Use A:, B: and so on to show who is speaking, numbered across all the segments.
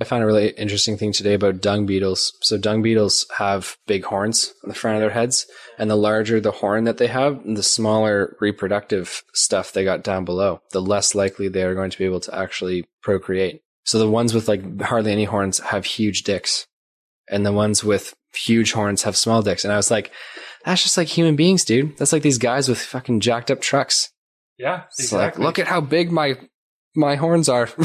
A: I found a really interesting thing today about dung beetles. So dung beetles have big horns on the front of their heads, and the larger the horn that they have, the smaller reproductive stuff they got down below, the less likely they are going to be able to actually procreate. So the ones with like hardly any horns have huge dicks, and the ones with huge horns have small dicks. And I was like, that's just like human beings, dude. That's like these guys with fucking jacked up trucks.
B: Yeah,
A: It's like, look at how big my my horns are.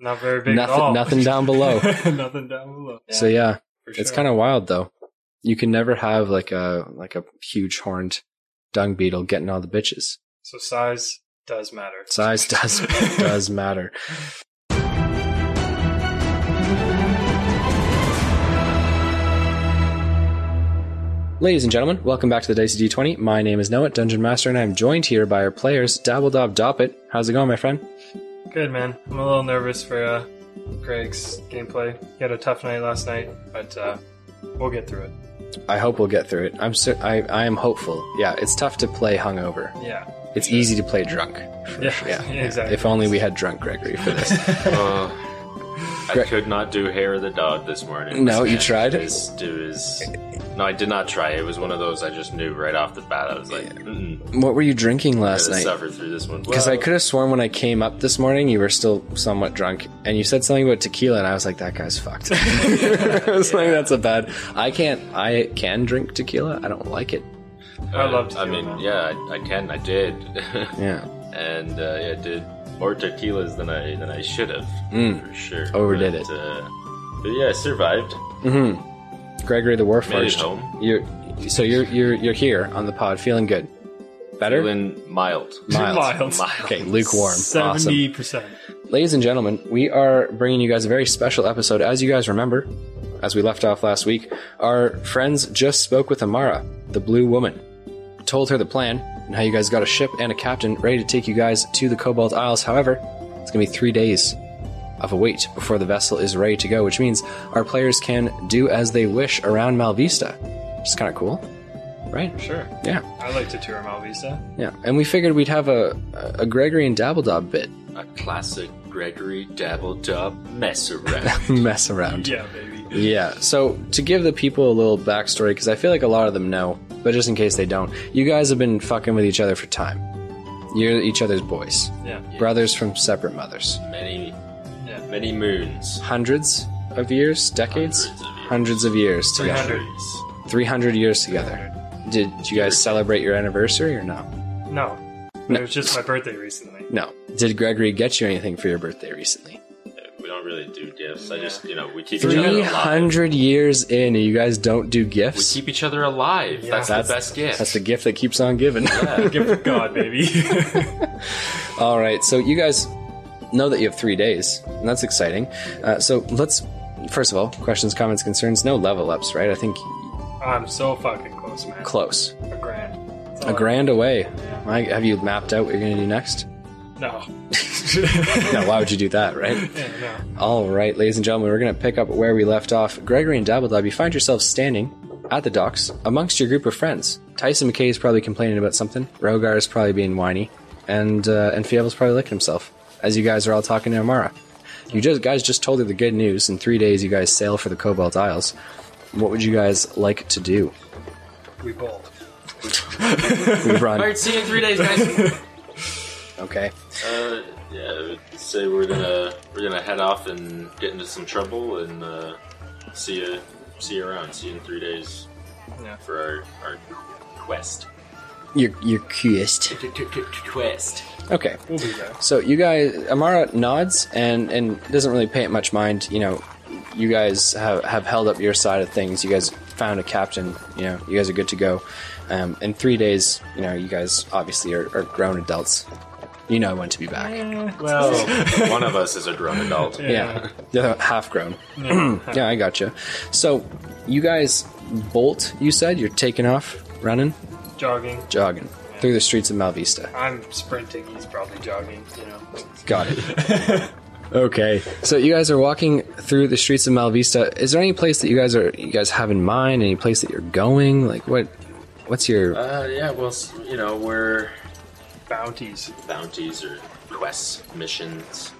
B: not very big
A: nothing-
B: at all.
A: nothing down below.
B: nothing down below.
A: So yeah, it's kind of wild though. You can never have like a like a huge horned dung beetle getting all the bitches.
B: so size does matter.
A: Size does does matter. Ladies and gentlemen, welcome back to the Dicey D20. My name is Noah, Dungeon Master, and I'm joined here by our players, Dabbledob Doppet. How's it going, my friend?
B: Good man. I'm a little nervous for uh, Greg's gameplay. He had a tough night last night, but uh, we'll get through it.
A: I hope we'll get through it. I'm cer- I, I am hopeful. Yeah, it's tough to play hungover.
B: Yeah.
A: It's easy to play drunk. for
B: Yeah,
A: sure.
B: yeah, exactly.
A: If only we had drunk Gregory for this.
C: Uh, I
A: Great.
C: could not do hair of the dog this morning.
A: No, you
C: Man,
A: tried?
C: This dude is. No, I did not try. It was one of those I just knew right off the bat. I was like, mm
A: what were you drinking
C: I
A: last
C: gotta
A: night?
C: suffer through this one.
A: Because I
C: Well,
A: could have sworn when I came up this morning, you were still somewhat drunk, and you said something about tequila, and I was like, "That guy's fucked." I was like, "That's a bad." I can't. I can drink tequila. I don't like it.
B: I love
C: Uh, I
B: tequila,
C: mean,
B: man.
C: yeah, I, I can. I did,
A: Yeah,
C: and uh, yeah, I did more tequilas than I than I should have for sure.
A: Mm. Overdid
C: but,
A: it.
C: Uh, but yeah, I survived.
A: Gregory the
C: Made it
A: Warforged.
C: home.
A: You're so you're you're you're here on the pod, feeling good, better,
C: Feeling mild.
A: mild,
B: Mild.
C: Mild.
A: okay, lukewarm, awesome.
B: Seventy percent.
A: Ladies and gentlemen, we are bringing you guys a very special episode. As you guys remember, as we left off last week, our friends just spoke with Amara, the blue woman, told her the plan and how you guys got a ship and a captain ready to take you guys to the Cobalt Isles. However, it's going to be three days of a wait before the vessel is ready to go, which means our players can do as they wish around Malvista, which is kind of cool, right?
B: Sure.
A: Yeah,
B: I like to tour Malvisa.
A: yeah. And we figured we'd have a, a Gregory and Dabbledob bit
C: A classic Gregory Dabble Dub mess around.
A: mess around.
B: Yeah, baby.
A: Yeah. So to give the people a little backstory, because I feel like a lot of them know, but just in case they don't, you guys have been fucking with each other for time. You're each other's boys,
B: Yeah.
A: brothers from separate mothers,
C: many,
B: Yeah.
C: many moons.
A: hundreds of years, decades, hundreds of years, together,
B: 300.
C: Trees.
A: three hundred years together. Did you guys celebrate your anniversary or no?
B: No. It was just my birthday recently.
A: No. Did Gregory get you anything for your birthday recently?
C: We don't really do gifts. I just, you know, we keep each other
A: Three
C: alive.
A: hundred years in, and you guys don't do
C: We
A: gifts.
C: keep each other alive.
B: Yeah.
C: That's,
A: That's-
C: the best gift.
A: That's the gift that keeps on giving.
B: Give it God, baby.
A: All right, so you guys know that you have three days, and that's exciting. Uh, so let's, first of all, questions, comments, concerns. No level ups, right? I think
B: I'm so fucking close, man.
A: close,
B: a grand. That's all
A: a
B: I-
A: grand away. My, have you mapped out what you're going to do next?
B: No.
A: No, why would you do that, right?
B: Yeah, no.
A: All right, ladies and gentlemen, we're going to pick up where we left off. Gregory and Dabbledob, you find yourself standing at the docks amongst your group of friends. Tyson McKay is probably complaining about something. Rogar is probably being whiny, and uh, and Fievel's probably licking himself as you guys are all talking to Amara. You just guys just told her the good news. In three days, you guys sail for the Cobalt Isles. What would you guys like to do?
B: We bold.
A: We run,
C: Alright, see you in three days, guys.
A: okay?
C: uh, yeah, I would say we're gonna we're gonna head off and get into some trouble and uh, see you see you around. See you in three days
B: Yeah.
C: for our, our quest.
A: You're you're cursed.
C: Quest.
A: Okay.
B: We'll be there.
A: So you guys, Amara nods and and doesn't really pay it much mind. You know, you guys have, have held up your side of things. You guys found a captain. You know, you guys are good to go. Um, in three days, you know, you guys obviously are, are grown adults. You know when to be back.
B: Well,
C: One of us is a grown adult.
A: Yeah, yeah, half grown. yeah, I gotcha. So you guys bolt. You said you're taking off, running,
B: jogging.
A: jogging through the streets of Malvista.
B: I'm sprinting. He's probably jogging. You know.
A: Got it. okay. So you guys are walking through the streets of Malvista. Is there any place that you guys are you guys have in mind? Any place that you're going? Like what? What's your?
C: Uh, yeah. Well, s- you know, we're
B: Bounties.
C: bounties or quests, missions.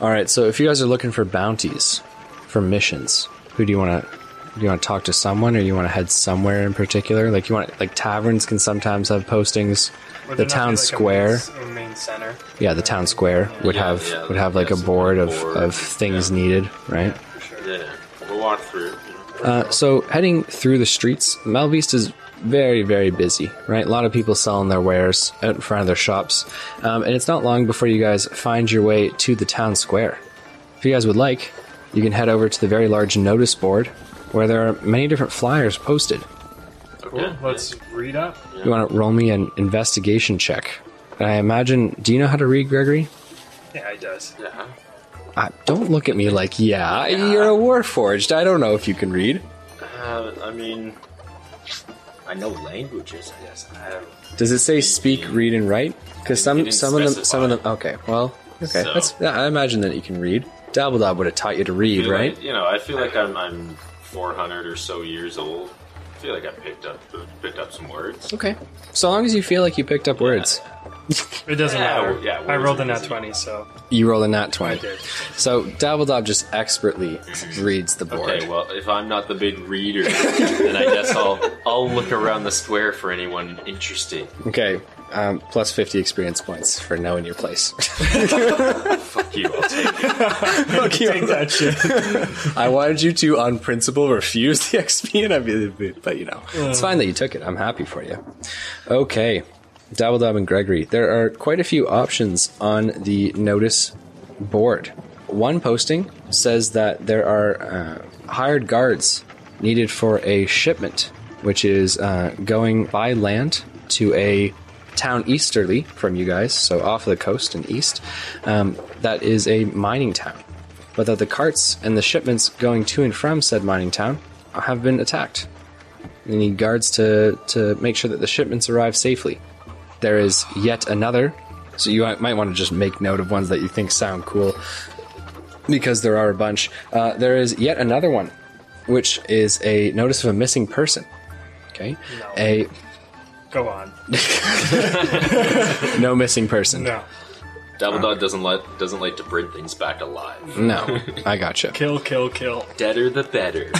A: all right. So if you guys are looking for bounties, for missions. Who do you want to? Do you want to talk to someone, or you want to head somewhere in particular? Like you want, like taverns can sometimes have postings.
B: Would
A: The
B: there not be,
A: town
B: like, a
A: square.
B: main- a main center.
A: Yeah, the town square would
C: Yeah,
A: have
C: yeah,
A: would have like a
C: yes,
A: board of,
C: board,
A: of things
C: yeah.
A: needed, right?
B: For sure.
C: Yeah, we'll walk through. you know.
A: Uh, so heading through the streets, Malvista is very, very busy, right? A lot of people selling their wares out in front of their shops, um, and it's not long before you guys find your way to the town square. If you guys would like, you can head over to the very large notice board, where there are many different flyers posted.
B: Cool.
C: Yeah,
B: Let's read up.
A: You want to roll me an investigation check? And I imagine. Do you know how to read, Gregory?
B: Yeah, he does.
C: Yeah. yeah.
A: Uh, don't look at me like, yeah, you're a warforged. I don't know if you can read.
C: Uh, I mean, I know languages. I guess I have.
A: Does it say speak, read, and write? Because
C: He
A: some
C: didn't
A: some of them
C: specify.
A: some of them. Okay, well, okay.
C: So-
A: That's yeah, I imagine that you can read. Dabbledob would have taught you to read,
C: feel
A: right?
C: Like, you know, I feel like I'm I'm 400 or so years old. I feel like I picked up picked up some words.
A: Okay. So long as you feel like you picked up words,
B: It doesn't
C: Yeah,
B: matter.
C: well, yeah,
B: I
C: well,
B: rolled a
C: it's
B: nat
C: easy.
B: twenty, so
A: you roll a nat
B: I
A: twenty.
B: did.
A: So Dabbledob just expertly reads the board.
C: Okay, well, if I'm not the big reader, then I guess I'll I'll look around the square for anyone interested.
A: okay. Um, plus fifty experience points for knowing your place.
C: Fuck you, I'll take it.
B: Take that shit.
A: I wanted you to, on principle, refuse the XP, and I mean, but you know, it's fine that you took it. I'm happy for you. Okay, Dabbledob and Gregory, there are quite a few options on the notice board. One posting says that there are uh, hired guards needed for a shipment, which is uh, going by land to a town easterly from you guys, so off the coast and east. Um, that is a mining town but that the carts and the shipments going to and from said mining town have been attacked. They need guards to, to make sure that the shipments arrive safely. There is yet another, so you might want to just make note of ones that you think sound cool, because there are a bunch. Uh, there is yet another one, which is a notice of a missing person. Okay, a
B: Go on.
A: no missing person.
B: No.
C: Double Dog doesn't let doesn't like to bring things back alive.
A: No, I gotcha.
B: Kill, kill, kill.
C: Deader the better.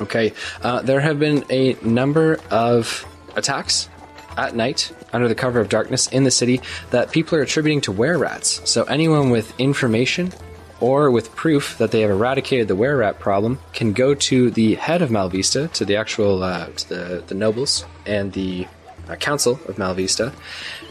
A: Okay. Uh, there have been a number of attacks at night under the cover of darkness in the city that people are attributing to were rats. So anyone with information or with proof that they have eradicated the were rat problem can go to the head of Malvista, to the actual uh, to the the nobles and the uh, council of Malvista,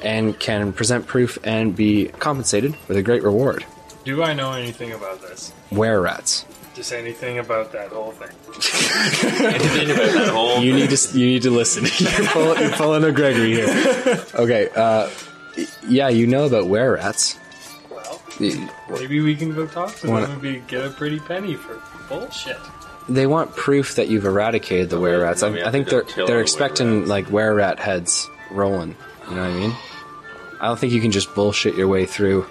A: and can present proof and be compensated with a great reward.
B: Do I know anything about this?
A: Were rats.
B: Just anything about that whole thing.
C: Anything about that whole
A: You need to you need to listen. you're, pull, you're pulling a Gregory here. Okay. Uh, y- yeah, you know about were rats.
B: Well,
A: Y-
B: maybe we can go talk to
A: Wanna-
B: them and be, get a pretty penny for bullshit.
A: They want proof that you've eradicated the were rats. I,
C: we have
A: I think
C: to go
A: they're
C: kill
A: they're
C: the
A: expecting
C: were-rats.
A: like were rat heads rolling. You know what I mean? I don't think you can just bullshit your way through.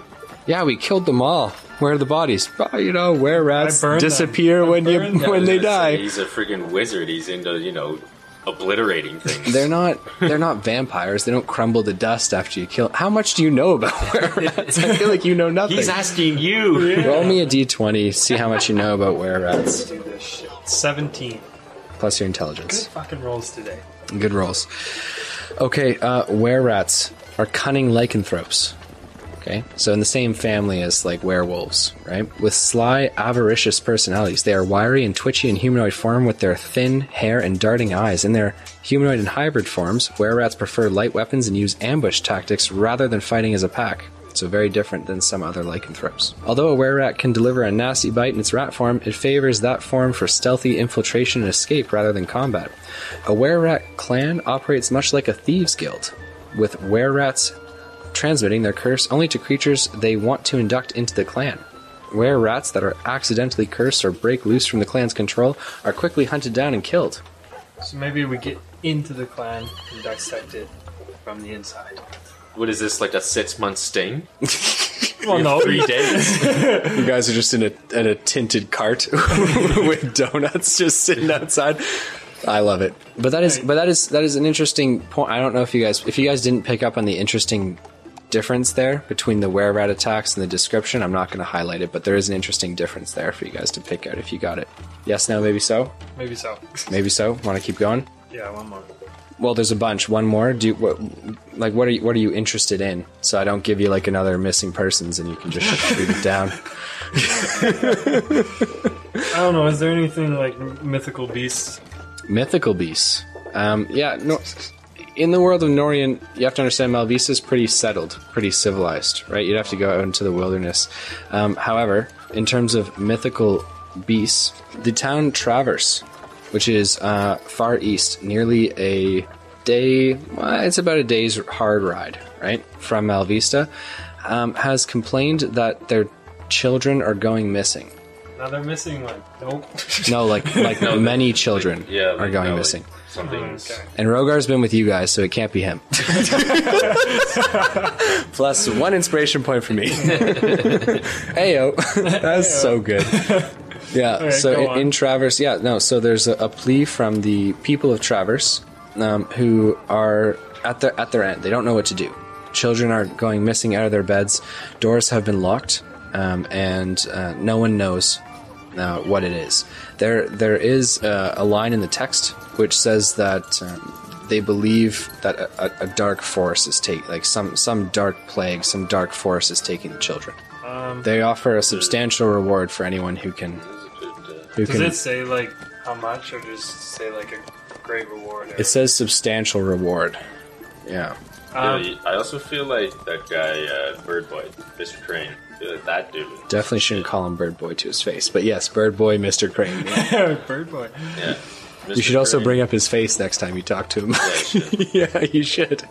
A: Yeah, we killed them all. Where are the bodies? But, you know, were rats
B: burned them.
A: disappear
B: I
A: when you
B: burned them.
A: when they die.
C: He's a freaking wizard. He's into you know obliterating things.
A: They're not. They're not vampires. They don't crumble to dust after you kill. How much do you know about were rats? I feel like you know nothing.
C: He's asking you.
A: Roll me a d20, see how much you know about were rats,
B: Do this shit. 17.
A: plus your
B: Good
A: intelligence.
B: fucking rolls today.
A: Good rolls. Okay, uh, were rats are cunning lycanthropes. Okay, so in the same family as like werewolves, right? With sly, avaricious personalities, they are wiry and twitchy in humanoid form with their thin hair and darting eyes. In their humanoid and hybrid forms, were rats prefer light weapons and use ambush tactics rather than fighting as a pack. So very different than some other lycanthropes. Although a were rat can deliver a nasty bite in its rat form, it favors that form for stealthy infiltration and escape rather than combat. A were rat clan operates much like a thieves guild, with were rats transmitting their curse only to creatures they want to induct into the clan. Where rats that are accidentally cursed or break loose from the clan's control are quickly hunted down and killed.
B: So maybe we get into the clan and dissect it from the inside.
C: What is this like a six month sting?
B: Well, no.
C: Three days.
A: You guys are just in a, in a tinted cart with donuts just sitting outside. I love it. But that is but that is that is an interesting point. I don't know if you guys if you guys didn't pick up on the interesting difference there between the were rat attacks and the description. I'm not going to highlight it, but there is an interesting difference there for you guys to pick out if you got it. Yes, no, maybe so,
B: Maybe so.
A: maybe so. Want to keep going?
B: yeah, one more.
A: Well, there's a bunch. One more. Do you, what, like what are you, what are you interested in? So I don't give you like another missing persons, and you can just shoot it down.
B: I don't know. Is there anything like m- mythical beasts?
A: Mythical beasts. Um, yeah, no, in the world of Norian, you have to understand Malvisa is pretty settled, pretty civilized, right? You'd have to go out into the wilderness. Um, however, in terms of mythical beasts, the town Traverse, which is uh, far east, nearly a day, well, it's about a day's hard ride, right, from Malvista, um, has complained that their children are going missing.
B: Another missing one. Nope.
A: No, like like many children
C: Yeah,
A: are
C: like,
A: going
C: no, like,
A: missing.
C: Something's
B: Okay.
A: And Rogar's been with you guys, so it can't be him. Plus one inspiration point for me. Ayo, that's so good. Yeah.
B: go
A: so
B: on.
A: in, in Traverse, yeah, no. So there's a, a plea from the people of Traverse um, who are at their at their end. They don't know what to do. Children are going missing out of their beds. Doors have been locked, um, and uh, no one knows uh, what it is. There, there is uh, a line in the text which says that um, they believe that a, a, a dark force is taking, like some some dark plague, some dark force is taking the children. they offer a substantial reward for anyone who can. Who
B: Does
A: can
B: it say like how much, or just say like a great reward?
A: It says substantial reward. Yeah.
B: Um,
C: Yeah, I also feel like that guy, uh, Bird Boy, Mr. Crane. I feel like that dude.
A: Definitely shouldn't call him Bird Boy to his face. But yes, Bird Boy, Mr. Crane.
B: Bird boy.
C: Yeah. Mr.
A: You should also
C: Crane,
A: bring up his face next time you talk to him.
C: I should.
A: yeah, you should.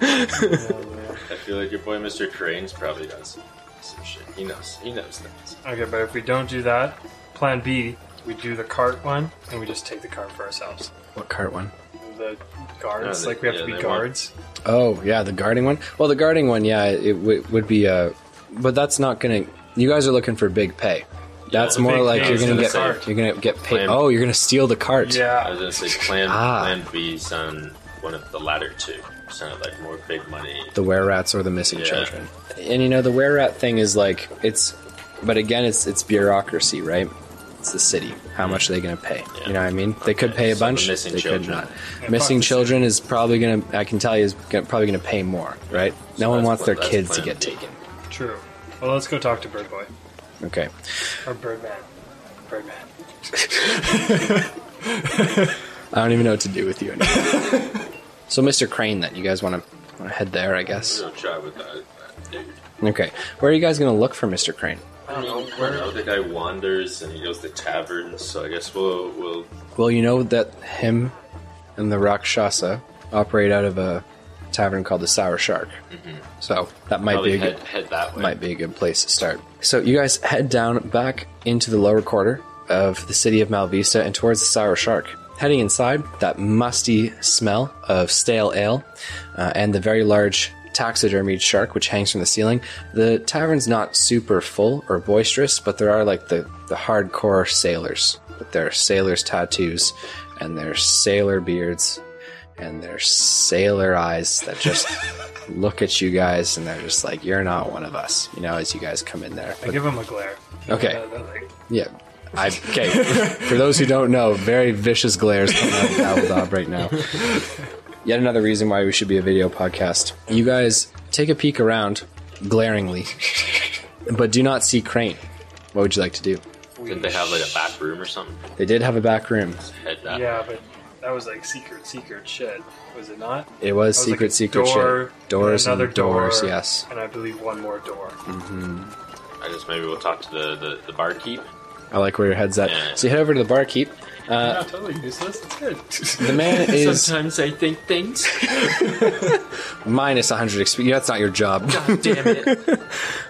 C: I feel like your boy Mr. Crane's probably done some, some shit. He knows. He knows things.
B: Okay, but if we don't do that, Plan B, we do the cart one, and we just take the cart for ourselves.
A: what cart one?
B: The guards,
C: Yeah, they-
B: like we have
C: yeah,
B: to
C: they
B: be
C: want-
B: guards.
A: Oh, yeah, the guarding one? Well, the guarding one, yeah, it w- would be Uh, but that's not going to. You guys are looking for big pay. That's
C: the
A: more
B: big
A: like
B: pay
A: you're
B: is
A: going to
B: gonna
A: get
B: start.
A: you're going to get paid.
C: Plan-
A: Oh, you're going to steal the cart.
C: I was
B: Yeah.
C: gonna say Plan
A: Ah.
C: Plan B's on one of the latter two. Sounded like more big money.
A: the were rats or the missing
C: Yeah.
A: children. And you know, the were rat thing is like it's, but again, it's it's bureaucracy, right? It's the city. How much are they going to pay? You know what I mean? They could
C: Okay,
A: pay a
C: so the
A: bunch.
C: missing
A: they could
C: children.
A: not.
B: Yeah,
A: missing
B: fuck the
A: children is probably going to. I can tell you is gonna, probably going to pay more, right? no one
C: that's
A: wants
C: pla-
A: their
C: that's
A: kids to
C: plan
A: get
C: B.
A: taken.
B: True. Well, let's go talk to Bird Boy
A: Okay.
B: or Birdman. Birdman.
A: I don't even know what to do with you anymore. so, Mr. Crane, then you guys want to want to head there, I guess.
C: So try with that, that dude.
A: Okay. Where are you guys going to look for Mr. Crane?
C: I don't know. I don't know. The guy wanders and he goes to taverns. So I guess we'll we'll
A: Well, you know that him and the Rakshasa operate out of a tavern called the Sour Shark. So that might
C: probably
A: be a
C: head,
A: good,
C: head that way.
A: might be a good place to start. So you guys head down back into the lower quarter of the city of Malvista and towards the Sour Shark. Heading inside, that musty smell of stale ale uh, and the very large taxidermied shark which hangs from the ceiling. The tavern's not super full or boisterous, but there are like the, the hardcore sailors with their sailors' tattoos and their sailor beards and their sailor eyes that just look at you guys and they're just like, you're not one of us, you know, as you guys come in there.
B: I
A: But,
B: give him a glare.
A: Okay.
B: Uh, they're like,
A: yeah. I, okay. For those who don't know, very vicious glares coming out of Owl Dob right now. Yet another reason why we should be a video podcast. You guys take a peek around glaringly, but do not see Crane. What would you like to do?
C: Didn't they have like a back room or something?
A: They did have a back room.
C: Head that.
B: yeah, but that was like secret, secret shit. Was it not?
A: It was,
B: That was,
A: secret,
B: like, a
A: secret
B: door,
A: shit. Doors
B: and
A: and,
B: another
A: doors,
B: door,
A: yes. Uh,
B: And I believe one more door.
C: I guess maybe we'll talk to the the, the barkeep.
A: I like where your head's at.
C: Yeah.
A: So you head over to the barkeep.
B: yeah, totally useless. It's good.
A: The man is
C: Sometimes I think things.
A: minus 100 experience. That's not your job.
C: Damn it.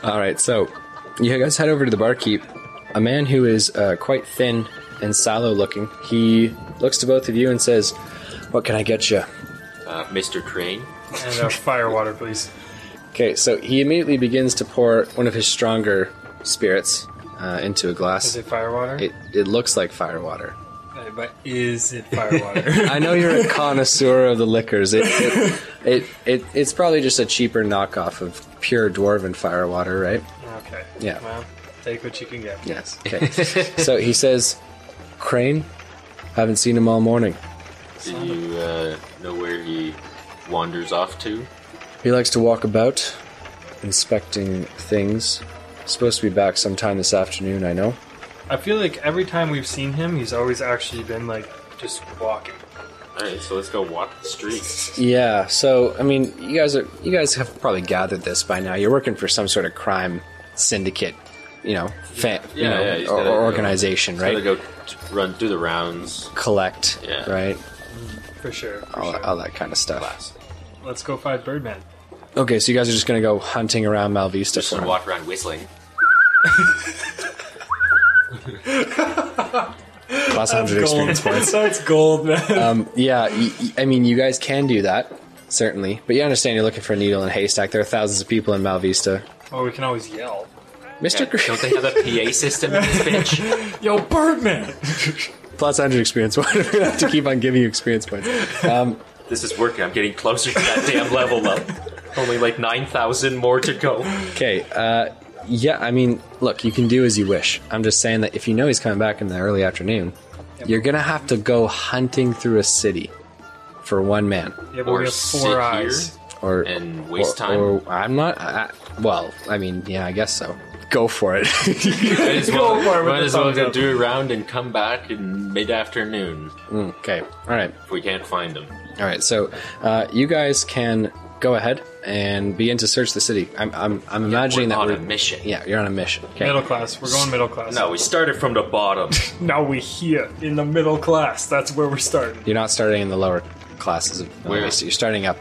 A: All right, so you guys head over to the barkeep. A man who is uh, quite thin and sallow looking. He looks to both of you and says, "What can I get you?"
C: Uh, Mr. Crane.
B: and uh, fire water, please.
A: Okay, so he immediately begins to pour one of his stronger spirits uh, into a
B: Is
A: glass.
B: it fire water?
A: It, it looks like fire water.
B: I cider, Uh, but is it firewater?
A: I know you're a connoisseur of the liquors. It, it, it, it it's probably just a cheaper knockoff of pure dwarven firewater, right?
B: okay.
A: Yeah.
B: Well, take what you can get.
A: Yes. Okay. so he says, "Crane, haven't seen him all morning.
C: Do you uh, know where he wanders off to?
A: He likes to walk about, inspecting things. Supposed to be back sometime this afternoon, I know.
B: I feel like every time we've seen him, he's always actually been like just walking.
C: All right, so let's go walk the streets.
A: Yeah. So I mean, you guys are you guys have probably gathered this by now. You're working for some sort of crime syndicate, you know, fa-
C: Yeah, yeah,
A: you
C: he's
A: know, or,
C: gotta
A: or
C: go-
A: organization,
C: He's
A: right?
C: Gotta go t- run do the rounds.
A: Collect,
C: Yeah.
A: right?
B: For sure. For
A: All,
B: sure.
A: all that kind of stuff.
B: Let's go find Birdman.
A: Okay, so you guys are just gonna go hunting around Malvista.
C: Just
A: for
C: gonna
A: him.
C: walk around whistling.
A: Plus 100 experience points.
B: That's gold, man.
A: Yeah, y- y- I mean, you guys can do that, certainly. But you understand you're looking for a needle in a haystack. There are thousands of people in Malvista.
B: Or Oh, we can always yell.
A: Mr.
C: Yeah,
A: Green,
C: don't they have a PA system in this bitch?
B: Yo, Birdman!
A: plus 100 experience points. We have to keep on giving you experience points.
C: This is working. I'm getting closer to that damn level up. Only like nine thousand more to go.
A: Okay, uh, yeah, I mean, look, you can do as you wish. I'm just saying that if you know he's coming back in the early afternoon, you're going to have to go hunting through a city for one man.
B: Yeah, but
C: Or
B: we have
C: sit
B: four eyes.
C: here
A: Or,
C: and waste
A: or-
C: time.
A: Or, I'm not. I, well, I mean, yeah, I guess so. Go for it.
C: Might as
B: Go
C: well,
B: for it with
C: might
B: the
C: as well
B: thumbs
C: go
B: up.
C: do a round and come back in mid afternoon
A: okay, all right.
C: if we can't find him.
A: All right, so uh, you guys can go ahead and begin to search the city. I'm, I'm, I'm imagining
C: We're
A: that
C: on
A: we're
C: a mission.
A: Yeah, you're on a mission. Okay.
B: Middle class. We're going middle class.
C: No, we started from the bottom.
B: Now we here in the middle class. That's where we're starting.
A: You're not starting in the lower classes of Where?
C: Where?
A: You're starting up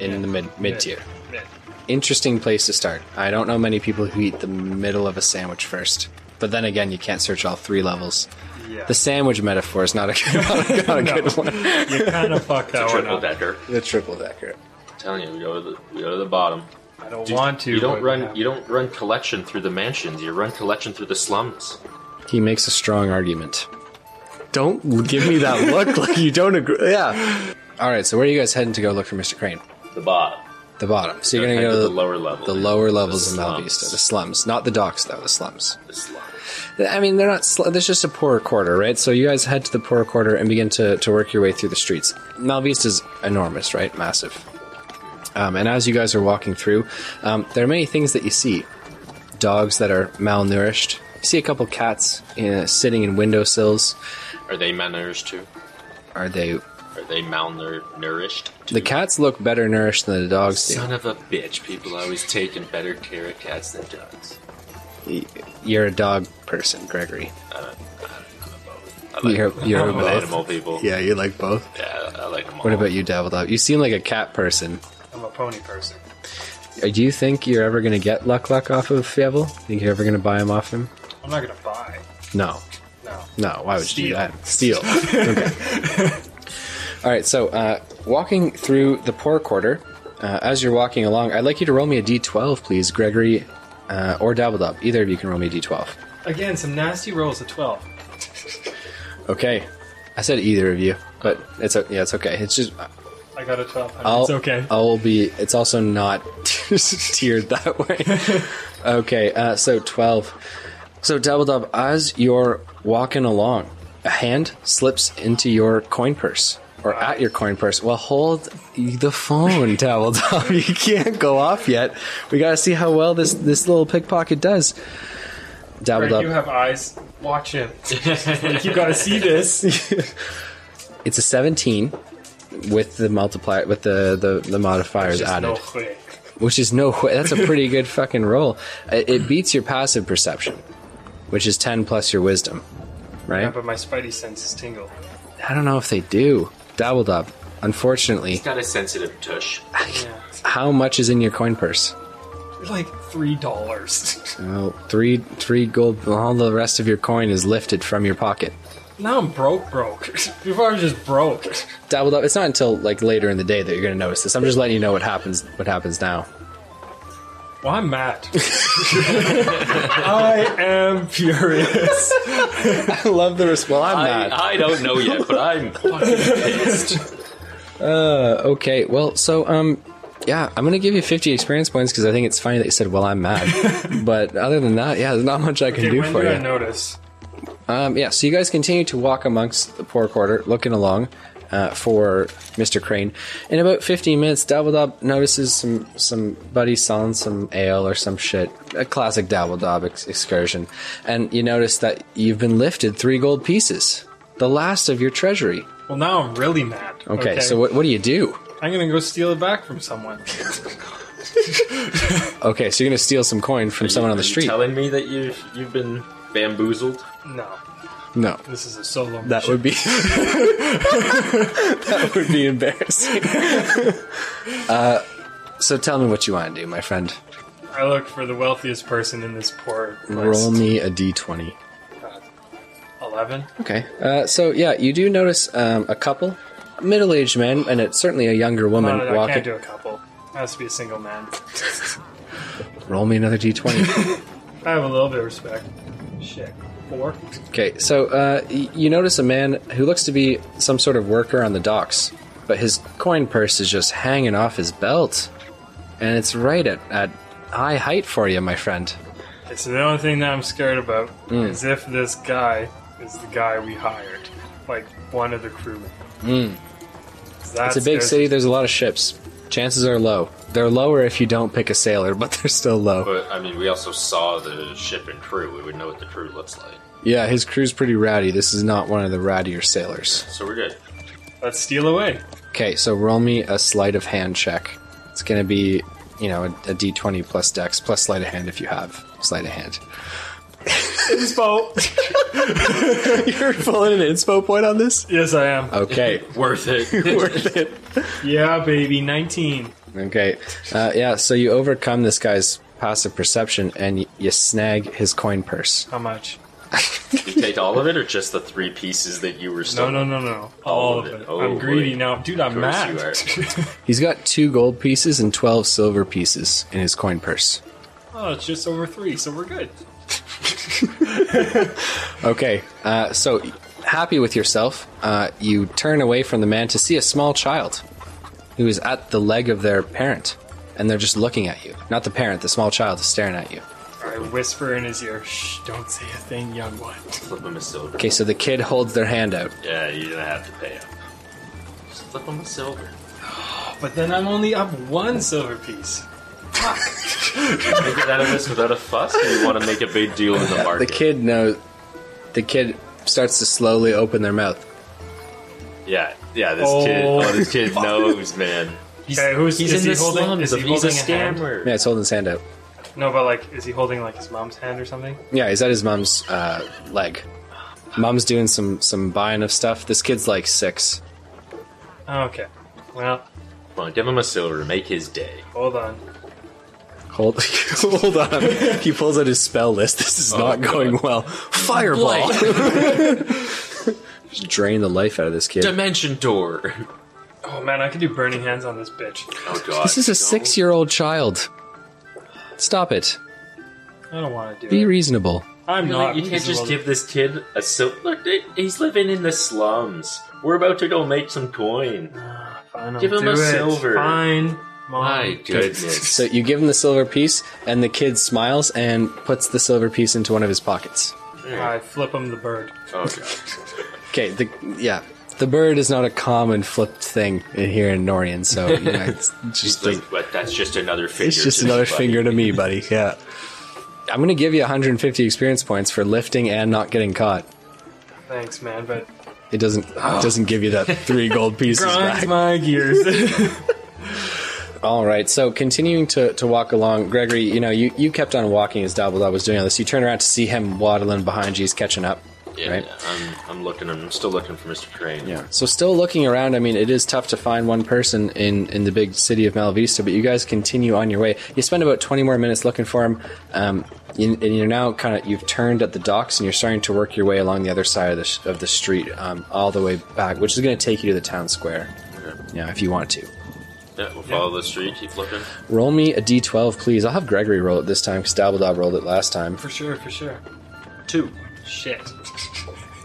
A: in the mid mid tier.
B: Yeah.
A: Interesting place to start. I don't know many people who eat the middle of a sandwich first. But then again, you can't search all three levels.
B: Yeah.
A: The sandwich metaphor is not a good, not a, not a good one.
B: you kind of fucked that one
C: Triple
B: up.
C: decker.
A: The triple decker.
C: telling you, we go to the, we go to the bottom.
B: I don't want to.
C: You don't
B: but-
C: run. You don't run collection through the mansions. You run collection through the slums.
A: He makes a strong argument. Don't give me that look like you don't agree. Yeah. All right. So where are you guys heading to go look for Mr. Crane?
C: The bottom.
A: The bottom. So you're
C: Gotta
A: gonna
C: head
A: go
C: to
A: to
C: the lower level.
A: the lower levels
C: The
A: of
C: slums.
A: Malvista, the slums, not the docks though. The slums.
C: The slum.
A: I mean, they're not. Sl- there's just a poorer quarter, right? So you guys head to the poorer quarter and begin to, to work your way through the streets. Malvista's enormous, right? Massive. Um, and as you guys are walking through, um, there are many things that you see. Dogs that are malnourished. You see a couple cats uh, sitting in windowsills.
C: Are they malnourished too?
A: Are they?
C: Are they malnourished?
A: The cats look better nourished than the dogs do.
C: Son of a bitch! People always taking better care of cats than dogs.
A: Y- You're a dog person, Gregory.
C: I like
A: You're- you're
C: I'm an
A: both.
C: animal people.
A: you like both.
C: Yeah, I I like them all.
A: What about you, Devil Dog? You seem like a cat person.
B: I'm a pony person.
A: Uh, Do you think you're ever going to get Luck Luck off of Fievel? Think you're ever going to buy him off him?
B: I'm not gonna buy.
A: No.
B: No.
A: No, why would you do
B: Steal.
A: that? Steal. Okay. All right, so uh, walking through the poor quarter, uh, as you're walking along, I'd like you to roll me a d12, please, Gregory uh, or Dabbledub. Either of you can roll me a d12.
B: Again, some nasty rolls of twelve.
A: Okay. I said either of you, but it's o- yeah, it's okay. It's just
B: I got a 12
A: I'll,
B: It's okay.
A: I'll be. It's also not tiered that way. okay, uh, so twelve. So double dub. As you're walking along, a hand slips into your coin purse or at your coin purse. Well, hold the phone, double dub. You can't go off yet. We gotta see how well this this little pickpocket does. Double
B: Greg,
A: dub.
B: you have eyes. Watch him. like, you gotta see this.
A: it's a seventeen with the multiplier with the the, the modifiers
B: Just
A: added.
B: no way.
A: which is no way. That's a pretty good fucking roll. It, it beats your passive perception, which is ten plus your wisdom,
B: Yeah,
A: right?
B: but my spidey senses tingle.
A: I don't know if they do. Doubled up. Unfortunately,
C: He's got a sensitive tush.
B: Yeah.
A: how much is in your coin purse?
B: Like three dollars.
A: Well, three three gold. All the rest of your coin is lifted from your pocket.
B: now I'm broke, broke. Before I was just broke.
A: Doubled up. It's not until like later in the day that you're going to notice this. I'm just letting you know what happens. What happens now?
B: Well, I'm Matt. I am furious.
A: I love the response. Well, I'm not.
C: I, I don't know yet, but I'm fucking pissed.
A: Uh, okay. Well, so um, yeah, I'm gonna give you 50 experience points because I think it's funny that you said, "Well, I'm mad." but other than that, yeah, there's not much I can
B: Okay,
A: do
B: when
A: for
B: did
A: you.
B: I notice?
A: Um, yeah, so you guys continue to walk amongst the poor quarter, looking along uh, for Mr. Crane. In about 15 minutes, Dabbledob notices some some buddies selling some ale or some shit. A classic Dabbledob ex- excursion. And you notice that you've been lifted three gold pieces, the last of your treasury.
B: Well, now I'm really mad.
A: Okay, so what, what do you do?
B: I'm gonna go steal it back from someone.
A: Okay, so you're going to steal some coin from someone on the
C: Are you
A: street.
C: telling me that you've you've been bamboozled.
B: No,
A: no.
B: this is a solo.
A: That
B: mission.
A: would be that would be embarrassing. uh, so tell me what you want to do, my friend.
B: I look for the wealthiest person in this poor
A: Roll
B: place.
A: me a d20.
B: Eleven.
A: Okay. Uh, so yeah, you do notice um, a couple, a middle-aged man, and it's certainly a younger
B: No,
A: woman
B: no, no, I can't
A: walking.
B: do a couple. I has to be a single man.
A: Roll me another d20.
B: I have a little bit of respect. Shit. Four.
A: okay. So uh, y- you notice a man who looks to be some sort of worker on the docks, but his coin purse is just hanging off his belt, and it's right at, at high height for you, my friend.
B: It's the only thing that I'm scared about
A: Mm.
B: is if this guy is the guy we hired, like one of the crew. Mm.
A: It's a big city. There's a lot of ships. Chances are low. They're lower if you don't pick a sailor, but they're still low.
C: But I mean, we also saw the ship and crew. We would know what the crew looks like.
A: Yeah, his crew's pretty rowdy. This is not one of the rowdier sailors.
C: So we're good.
B: Let's steal away.
A: Okay, so roll me a sleight of hand check. It's going to be, you know, a, a d20 plus dex plus sleight of hand if you have sleight of hand.
B: Inspo.
A: You're pulling an inspo point on this?
B: yes, I am.
A: Okay.
C: Worth it.
A: Worth it.
B: Yeah, baby. Nineteen.
A: Okay. Uh, yeah, so you overcome this guy's passive perception and y- you snag his coin purse.
B: How much?
C: you take all of it, or just the three pieces that you were
B: No,
C: stolen?
B: no, no, no.
C: All
B: All
C: of
B: of
C: it.
B: it.
C: Oh,
B: I'm greedy
C: boy.
B: now, dude. I'm
C: course
B: mad.
C: you
A: He's got two gold pieces and 12 silver pieces in his coin purse.
B: oh, it's just over three, so we're good.
A: Okay, uh, so happy with yourself, uh, you turn away from the man to see a small child who is at the leg of their parent, and they're just looking at you. Not the parent, the small child is staring at you.
B: I whisper in his ear, "Shh, don't say a thing, young one."
C: Flip him a silver.
A: Okay, so the kid holds their hand out.
C: Yeah, you're gonna have to pay up. Just flip him a silver.
B: But then I'm only up one silver piece.
C: Can you get out of this without a fuss, or you want to make a big deal in the
A: The
C: market?
A: kid knows. The kid starts to slowly open their mouth.
C: yeah, yeah. This kid.
B: Oh.
C: Oh, this kid knows, man.
B: okay, who's
C: He's
B: is
C: in
B: he
C: the
B: holding? is
C: slums.
B: he
C: he's a
B: holding hand?
C: scammer.
A: Yeah, it's holding his hand out.
B: No, but like, is he holding like his mom's hand or something?
A: Yeah, he's at his mom's uh, leg. Mom's doing some some buying of stuff. This kid's like six.
B: Oh, okay. Well,
C: Come on, give him a silver. Make his day.
B: hold on.
A: Hold, hold on. He pulls out his spell list. This is
C: Oh,
A: not
C: God.
A: going well. Fireball. Just drain the life out of this kid.
C: Dimension door.
B: Oh man, I can do burning hands on this bitch.
C: Oh god.
A: This is a
C: Don't-
A: six-year-old child. Stop it.
B: I don't want to do
A: Be
B: it.
A: reasonable.
B: I'm
C: You
B: not.
C: know, you can't just
B: miserable.
C: give this kid a silver. Look, dude, he's living in the slums. We're about to go make some coin.
B: Fine, I'll
C: give him
B: do
C: a
B: it.
C: silver.
B: Fine, mom.
C: My goodness.
A: So you give him the silver piece, and the kid smiles and puts the silver piece into one of his pockets.
B: I flip him the bird.
C: Oh god.
A: Okay. The yeah. The bird is not a common flipped thing in- here in Norian, so you know, it's just
C: Just
A: a,
C: like, but that's just another finger.
A: It's just
C: to
A: another
C: somebody.
A: finger to me, buddy. Yeah. I'm going to give you 150 experience points for lifting and not getting caught.
B: Thanks, man, but
A: It doesn't it doesn't give you that three gold pieces
B: grinds
A: back.
B: my gears.
A: All right. So continuing to, to walk along, Gregory, you know, you, you kept on walking as Dabbledob was doing all this. You turn around to see him waddling behind you. He's catching up.
C: Yeah,
A: right?
C: yeah, I'm, I'm looking. I'm still looking for Mr. Crane.
A: Yeah. So still looking around, I mean, it is tough to find one person in in the big city of Malavista, but you guys continue on your way. You spend about 20 more minutes looking for him. Um, you- and you're now kind of you've turned at the docks and you're starting to work your way along the other side of the sh- of the street, um, all the way back, which is going to take you to the town square. Yeah, if you want to.
C: Yeah, we'll follow the street. Keep looking.
A: Roll me a d12, please. I'll have Gregory roll it this time because Dabbledob rolled it last time.
B: For sure, for sure. Two. Shit.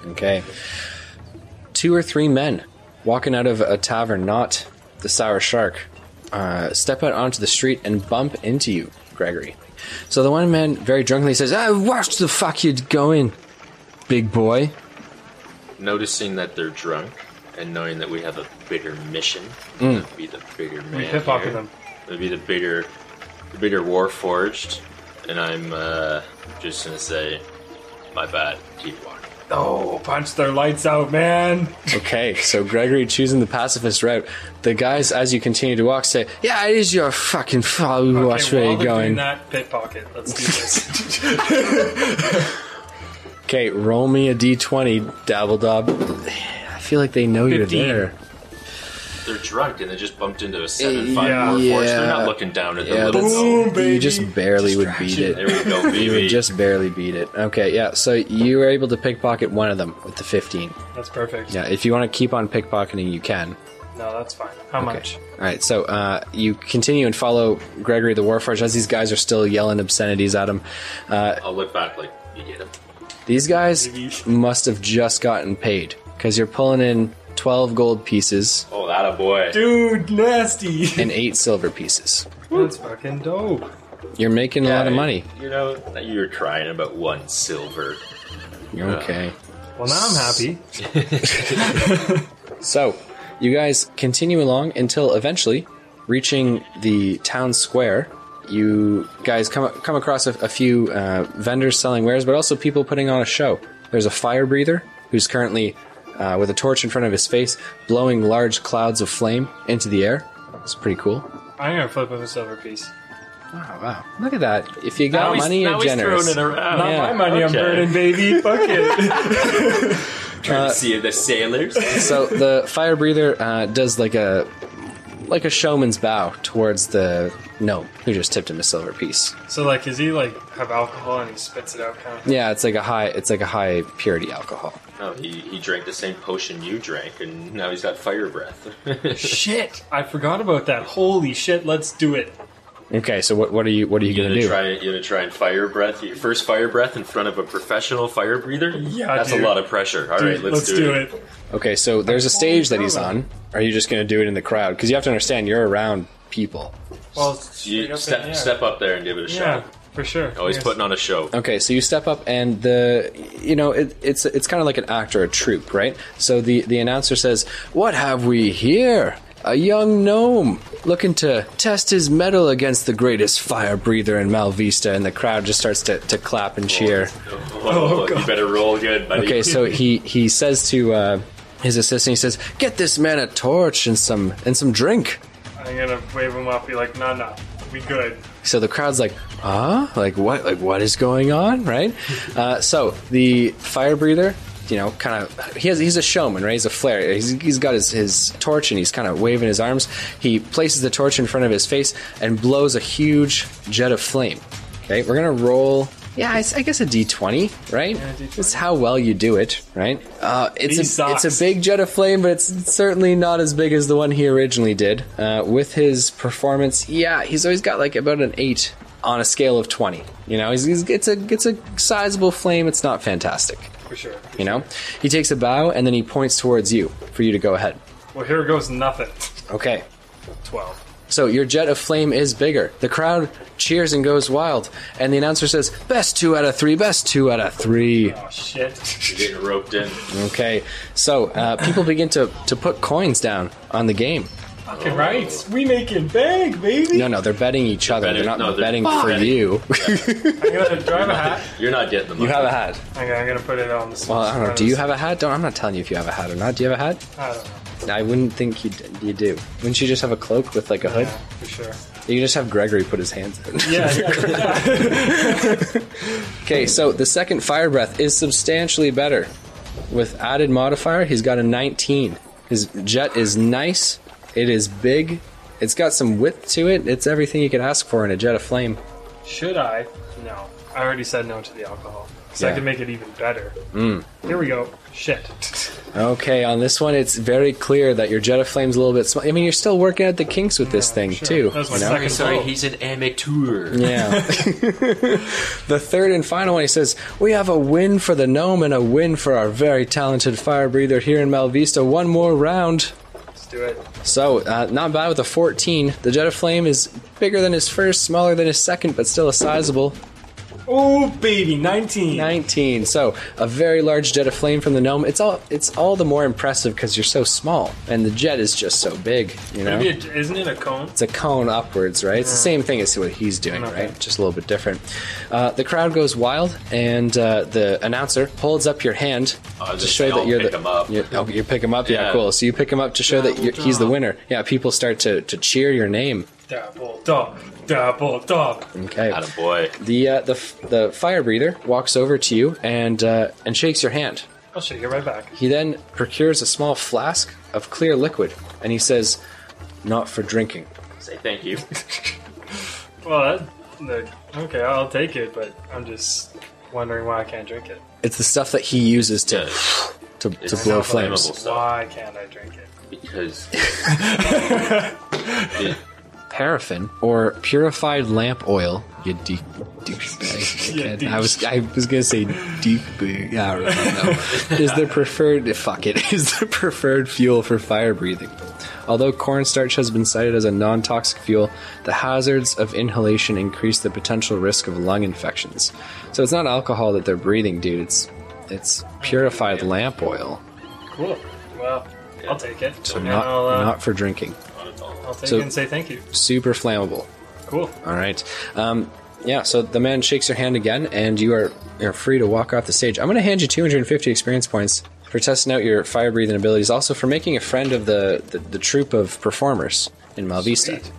A: Okay. Two or three men walking out of a tavern, not the Sour Shark, uh, step out onto the street and bump into you, Gregory. So the one man very drunkenly says, ah, Watch the fuck you're going, big boy.
C: Noticing that they're drunk and knowing that we have a bigger mission.
A: Hmm.
C: Be the bigger man.
B: We hip hop
C: here.
B: them.
C: It'll be the bigger, the bigger war forged, and I'm uh, just gonna say, my bad. Keep walking.
B: Oh, punch their lights out, man.
A: Okay, so Gregory choosing the pacifist route. The guys, as you continue to walk, say, "Yeah, it is your fucking fault. We watch
B: Okay,
A: where
B: while
A: you're
B: they're
A: going."
B: Doing that pickpocket. Let's do this.
A: Okay, roll me a d20, Dabbledob. I feel like they know you're
B: 15.
A: there.
C: They're drunk and they just bumped into a seven five
B: Yeah.
C: war forged. They're
A: Yeah.
C: not looking down at
A: Yeah,
C: the little.
A: that's-
C: goat.
A: you just barely would beat
B: Distraction.
A: it.
C: There we go,
A: You
C: baby.
A: would just barely beat it. Okay, yeah. So you were able to pickpocket one of them with the 15.
B: That's perfect.
A: Yeah, if you want to keep on pickpocketing, you can.
B: No, that's fine. How much?
A: All right, so uh, you continue and follow Gregory the Warforged as these guys are still yelling obscenities at him. Uh,
C: I'll look back like you get him.
A: These guys
B: Maybe.
A: must have just gotten paid because you're pulling in 12 gold pieces
C: Oh, that a boy.
B: Dude, nasty.
A: and 8 silver pieces.
B: That's fucking dope.
A: You're making a lot of
C: Yeah,
A: money.
C: You know, that you were crying about one silver.
A: You're okay.
B: Well, now I'm happy.
A: So, you guys continue along until eventually reaching the town square. You guys come come across a, a few uh, vendors selling wares, but also people putting on a show. There's a fire breather who's currently uh, with a torch in front of his face, blowing large clouds of flame into the air. It's pretty cool.
B: I'm gonna flip him a silver piece.
A: Oh, wow. Look at that. If you got
C: Now he's-
A: money, you're
C: now he's
A: generous.
C: throwing it around.
B: Not
A: Yeah.
B: my money, I'm
C: Okay.
B: burning, baby. Fuck it.
C: Trying
A: Uh,
C: to see the sailors.
A: so the fire breather uh, does like a like a showman's bow towards the gnome who just tipped him a silver piece.
B: So, like, is he like have alcohol and he spits it out? Kind of.
A: Yeah, it's like a high it's like a high purity alcohol.
C: no, he, he drank the same potion you drank, and now he's got fire breath.
B: Shit, I forgot about that. Holy shit, let's do it.
A: Okay, so what what are you what are you
C: You're
A: gonna
C: gonna
A: do?
C: try. You're gonna try and fire breath. Your first fire breath in front of a professional fire breather.
B: Yeah,
C: that's
B: dude.
C: a lot of pressure. All right,
B: Dude,
C: let's, do, it.
A: Okay, so there's a stage that he's
B: throwing.
A: on. Are you just gonna do it in the crowd? Because you have to understand you're around people.
B: Well, straight
C: You
B: up in the
C: step
B: air.
C: step up there and give it a
B: Yeah,
C: shot.
B: for sure.
C: Always
B: Yes.
C: putting on a show.
A: Okay, so you step up, and the you know it, it's it's kind of like an act or a troupe, right? So the the announcer says, "What have we here? A young gnome looking to test his mettle against the greatest fire breather in Malvista," and the crowd just starts to, to clap and cheer.
C: Oh, oh, you better roll good, buddy.
A: Okay, so he he says to uh, his assistant, he says, "Get this man a torch and some and some drink."
B: I'm gonna wave him up. Be like, nah, nah, we good.
A: so the crowd's like, huh? Like what? Like what is going on? Right? Uh, so the fire breather, you know, kind of he has he's a showman, right? He's a flair. He's, he's got his, his torch and he's kind of waving his arms. He places the torch in front of his face and blows a huge jet of flame. Okay, we're gonna roll. Yeah, I, s- I guess a d20, right?
B: D20.
A: It's how well you do it, right? Uh, it's
B: He
A: a
B: sucks.
A: it's a big jet of flame, but it's certainly not as big as the one he originally did. Uh, with his performance, yeah, he's always got like about an eight on a scale of twenty. You know, he's, he's it's a it's a sizable flame. It's not fantastic.
B: For sure.
A: You know, he takes a bow and then he points towards you for you to go ahead.
B: Well, here goes nothing.
A: Okay.
B: Twelve.
A: So your jet of flame is bigger. The crowd cheers and goes wild, and the announcer says, "Best two out of three. Best two out of three.
B: Oh shit.
C: You're getting roped in.
A: Okay. So uh, people begin to to put coins down on the game.
C: Oh.
B: Fucking right. We making bang, baby.
A: No, no, they're betting each other.
C: betting-
A: they're not
C: no, they're
A: betting
C: betting.
A: for you.
B: I'm gonna drive a hat.
C: You're not getting the money.
A: you have a hat.
B: Okay, I'm gonna put it on the.
A: Well, I don't know. Do you have a hat? Don't, I'm not telling you if you have a hat or not. Do you have a hat?
B: I don't know.
A: I wouldn't think you d- you do. Wouldn't you just have a cloak with like a hood?
B: Yeah, for sure.
A: You just have Gregory put his hands out.
B: Yeah, yeah, yeah.
A: okay, so the second fire breath is substantially better. With added modifier, he's got a 19. His jet is nice. It is big. It's got some width to it. It's everything you could ask for in a jet of flame.
B: Should I? No. I already said no to the alcohol. So
A: Yeah. Mm.
B: I can make it even better. Here we go. Shit.
A: Okay, on this one, it's very clear that your jet of flame's a little bit small. I mean, you're still working out the kinks with this thing,
B: sure.
A: too.
B: That was my
A: you know?
B: second
C: Sorry,
B: blow.
C: he's an amateur.
A: Yeah. the third and final one, he says, We have a win for the gnome and a win for our very talented fire breather here in Malvista. One more round.
B: Let's do it.
A: So, uh, not bad with a 14. The jet of flame is bigger than his first, smaller than his second, but still a sizable
B: Oh, baby, 19.
A: 19. So, a very large jet of flame from the gnome. It's all it's all the more impressive because you're so small, and the jet is just so big, you know?
B: Maybe it, isn't it a cone?
A: it's a cone upwards, right? It's the same thing as what he's doing,
B: Okay.
A: right? Just a little bit different. Uh, the crowd goes wild, and uh, the announcer holds up your hand
C: Oh,
A: to
C: they
A: show
C: all
A: that you're
C: pick
A: the.
C: him up.
A: You, oh, you pick him up, yeah.
C: Yeah.
A: cool. So you pick him up to show that
C: Double
A: you're, he's the
C: dog.
A: winner. Yeah, people start to, to cheer your name.
B: Double dog. Double dog.
A: Okay.
C: Atta boy.
A: The uh, the f- the fire breather walks over to you and uh, and shakes your hand.
B: I'll shake it right back.
A: He then procures a small flask of clear liquid, and he says, "Not for drinking."
C: Say thank you.
B: Well, that, that, okay, I'll take it, but I'm just wondering why I can't drink it.
A: It's the stuff that he uses to
C: Yeah.
A: to, to
C: It's
A: blow
C: not
A: flames.
C: flammable. So-
B: Why can't I drink it?
C: because
A: paraffin or purified lamp oil. You deep douchebag.
B: You
A: dickhead.
B: douche.
A: I was I was gonna say deep. Yeah, I don't know. is the preferred fuck it is the preferred fuel for fire breathing. Although cornstarch has been cited as a non-toxic fuel, the hazards of inhalation increase the potential risk of lung infections. So it's not alcohol that they're breathing, dude. It's it's purified lamp oil.
B: Cool. Well, I'll take it.
A: So
B: And
A: not
B: I'll, uh,
A: not for drinking.
B: I'll take
A: so-
B: it and say thank you.
A: Super flammable.
B: Cool.
A: All right. Um, yeah, so the man shakes your hand again, and you are you're free to walk off the stage. I'm going to hand you 250 experience points for testing out your fire breathing abilities, also for making a friend of the, the, the troupe of performers in Malvista.
B: Sweet.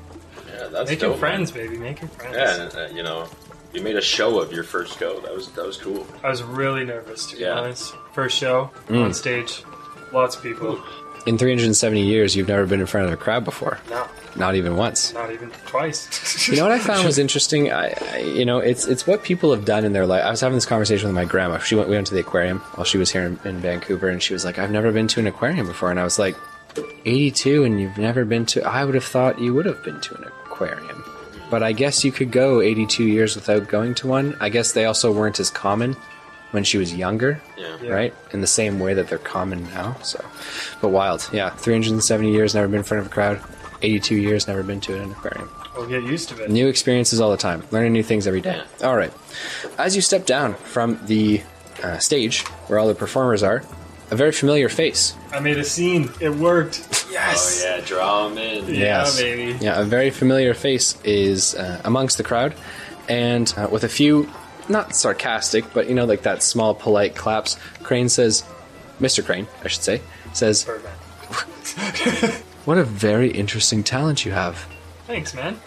C: yeah, that's
B: Make your
C: dope.
B: friends, baby. Make your friends.
C: Yeah, and, uh, you know, you made a show of your first go. That was that was cool.
B: I was really nervous, to be
C: Yeah.
B: honest. First show, on stage, lots of people.
A: In 370 years, you've never been in front of a crowd before,
B: No,
A: not even once.
B: not even twice.
A: You know what I found was interesting? I, I, you know, it's it's what people have done in their life. I was having this conversation with my grandma. She went we went to the aquarium while she was here in, in Vancouver, and she was like, "I've never been to an aquarium before," and I was like, "82, and you've never been to? I would have thought you would have been to an aquarium." But I guess you could go 82 years without going to one. I guess they also weren't as common when she was younger,
C: Yeah.
B: Yeah.
A: right? In the same way that they're common now. So, but wild, yeah. 370 years, never been in front of a crowd. 82 years, never been to an aquarium.
B: We'll get used to it.
A: New experiences all the time, learning new things every day. All right. As you step down from the uh, stage where all the performers are, a very familiar face.
B: I made a scene. It worked.
C: Oh
B: Yes.
C: yeah, draw him in.
B: Yeah, baby.
A: Yeah, a very familiar face is uh, amongst the crowd, and uh, with a few, not sarcastic, but you know, like that small, polite claps. Crane says, "Mr. Crane, I should say," says,
B: Birdman.
A: "What a very interesting talent you have."
B: Thanks, man.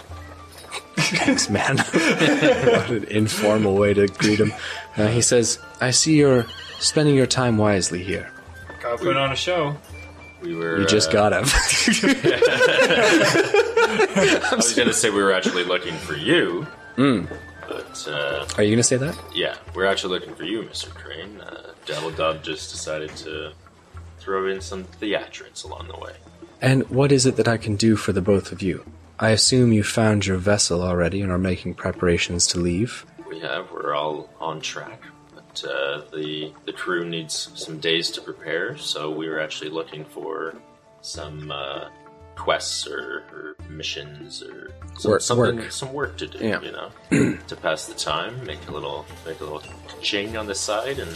A: Thanks, man. what an informal way to greet him. Uh, he says, I see you're spending your time wisely here.
B: Gotta put on a show.
C: We were.
A: You just
C: uh,
A: got him.
C: uh, I was gonna say we were actually looking for you.
A: Mm.
C: But uh,
A: Are you going to say that?
C: yeah, we're actually looking for you, Mr. Crane. Uh, Devil Dub just decided to throw in some theatrics along the way.
A: And what is it that I can do for the both of you? I assume you found your vessel already and are making preparations to leave.
C: We have. We're all on track. But uh, the the crew needs some days to prepare, so we were actually looking for some uh, quests or, or missions or some,
A: Work-
C: something,
A: work.
C: some work to do.
A: Yeah.
C: You know, to pass the time, make a little make a little ching on the side, and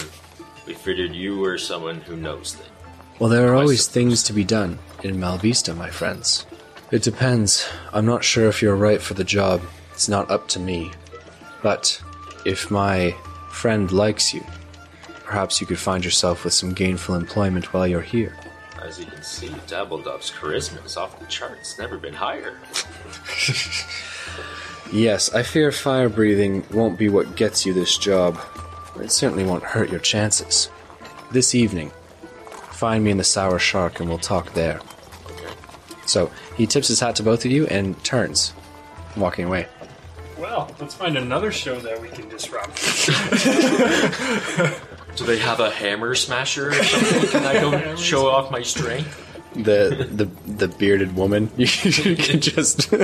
C: we figured you were someone who knows things.
A: Well, there are
C: I
A: always
C: suppose.
A: things to be done in Malvista, my friends. It depends. I'm not sure if you're right for the job. It's not up to me. But if my friend likes you, perhaps you could find yourself with some gainful employment while you're here.
C: As you can see, Dabbledub's charisma is off the charts. Never been higher.
A: Yes, I fear fire breathing won't be what gets you this job. It certainly won't hurt your chances. This evening, find me in the Sour Shark and we'll talk there. So he tips his hat to both of you and turns, walking away.
B: Well, let's find another show that we can disrupt.
C: Do they have a hammer smasher? Or something? Can I go show off my strength?
A: The the the bearded woman. You can just cast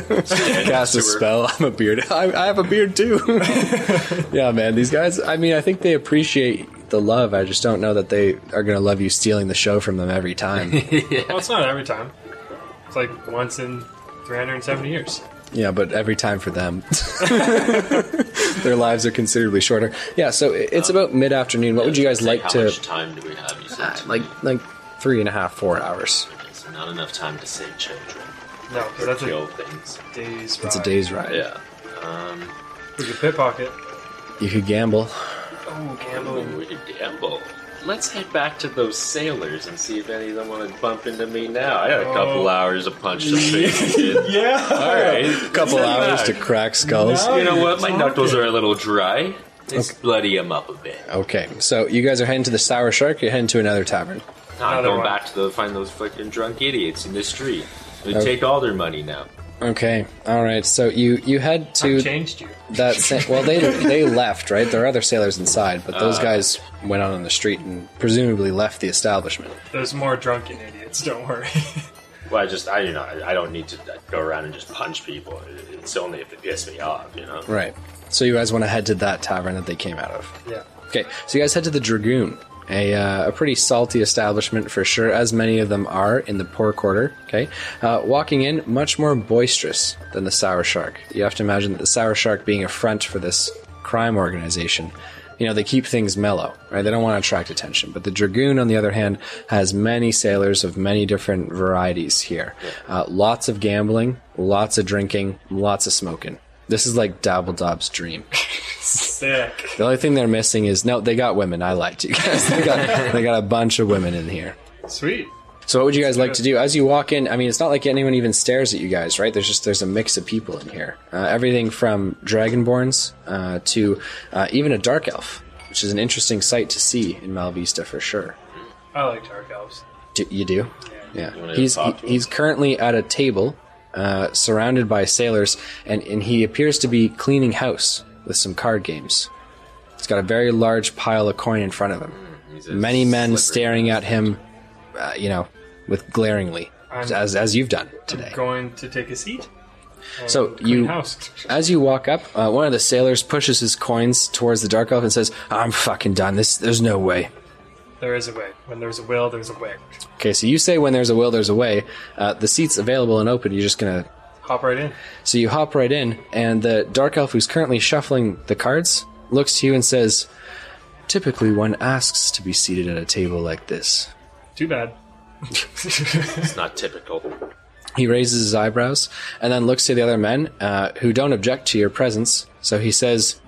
A: a
C: to her.
A: spell. I'm a beard. I, I have a beard too. yeah, man. These guys. I mean, I think they appreciate the love. I just don't know that they are going to love you stealing the show from them every time.
B: Well, it's not every time. It's like once in 370 years.
A: yeah, but every time for them, their lives are considerably shorter. Yeah. So it- it's about mid afternoon. What would you guys
C: Say,
A: like
C: how
A: to?
C: much time do we have? You
A: Uh,
C: said
A: like like three and a half, four hours.
C: it's not enough time to save children
B: No, because
C: or
B: that's
C: kill
B: a
C: things.
B: day's
A: It's a
B: ride.
A: day's ride.
C: Yeah. Um,
B: We could pickpocket.
A: You could gamble.
B: Oh,
C: we could gamble. Let's head back to those sailors and see if any of them want to bump into me now. I had a couple
B: Oh.
C: hours of punch to face. kid.
B: Yeah.
C: All right,
A: A couple
C: Send
A: hours
C: back.
A: to crack skulls.
B: No.
C: You know what? My
B: Talking.
C: knuckles are a little dry. Let's bloody them up a bit.
A: Okay, so you guys are heading to the Sour Shark. You're heading to another tavern.
C: Now I'm
B: Another
C: going
B: one.
C: back to the, find those fucking drunk idiots in the street. They
A: Okay.
C: take all their money now.
A: Okay, all right. So you you head
B: I
A: to
B: changed you.
A: that. Sa- well, they they left, right? There are other sailors inside, but those
C: Uh.
A: guys went out on the street and presumably left the establishment.
B: There's more drunken idiots. Don't worry.
C: Well, I just, I, you know, I, I don't need to go around and just punch people. It's only if it piss me off, you know.
A: Right. So you guys want to head to that tavern that they came out of.
B: yeah.
A: Okay, so you guys head to the Dragoon, a, uh, a pretty salty establishment for sure, as many of them are in the poor quarter. Okay, uh, walking in, much more boisterous than the Sour Shark. You have to imagine that the Sour Shark being a front for this crime organization. You know, they keep things mellow, right? They don't want to attract attention. But the Dragoon, on the other hand, has many sailors of many different varieties here. Uh, lots of gambling, lots of drinking, lots of smoking. This is like Dabbledob's dream.
B: Sick.
A: The only thing they're missing is no, they got women. I lied to you guys. They got, they got a bunch of women in here.
B: Sweet.
A: So what would you guys like to do as you walk in? I mean, it's not like anyone even stares at you guys, right? There's just there's a mix of people in here. Uh, everything from dragonborns uh, to uh, even a dark elf, which is an interesting sight to see in Malvista for sure.
B: I like dark elves.
A: Do, you do? Yeah.
C: wanna
A: He's
C: talk to
A: he- he's currently at a table, uh, surrounded by sailors, and, and he appears to be cleaning house with some card games. He's got a very large pile of coin in front of him.
C: He's a
A: Many men
C: slippery-
A: staring at him, uh, you know, with glaringly,
B: I'm-
A: as as you've done today.
B: I'm going to take a seat. and
A: So
B: clean
A: you-
B: house.
A: As you walk up, uh, one of the sailors pushes his coins towards the dark elf and says, "I'm fucking done. This there's no way."
B: There is a way. When there's a will, there's a way.
A: Okay, so you say when there's a will, there's a way. Uh, the seat's available and open. You're just gonna
B: Hop right in.
A: So you hop right in, and the dark elf who's currently shuffling the cards looks to you and says, Typically, one asks to be seated at a table like this.
B: Too bad.
C: It's not typical.
A: He raises his eyebrows and then looks to the other men uh, who don't object to your presence. So he says,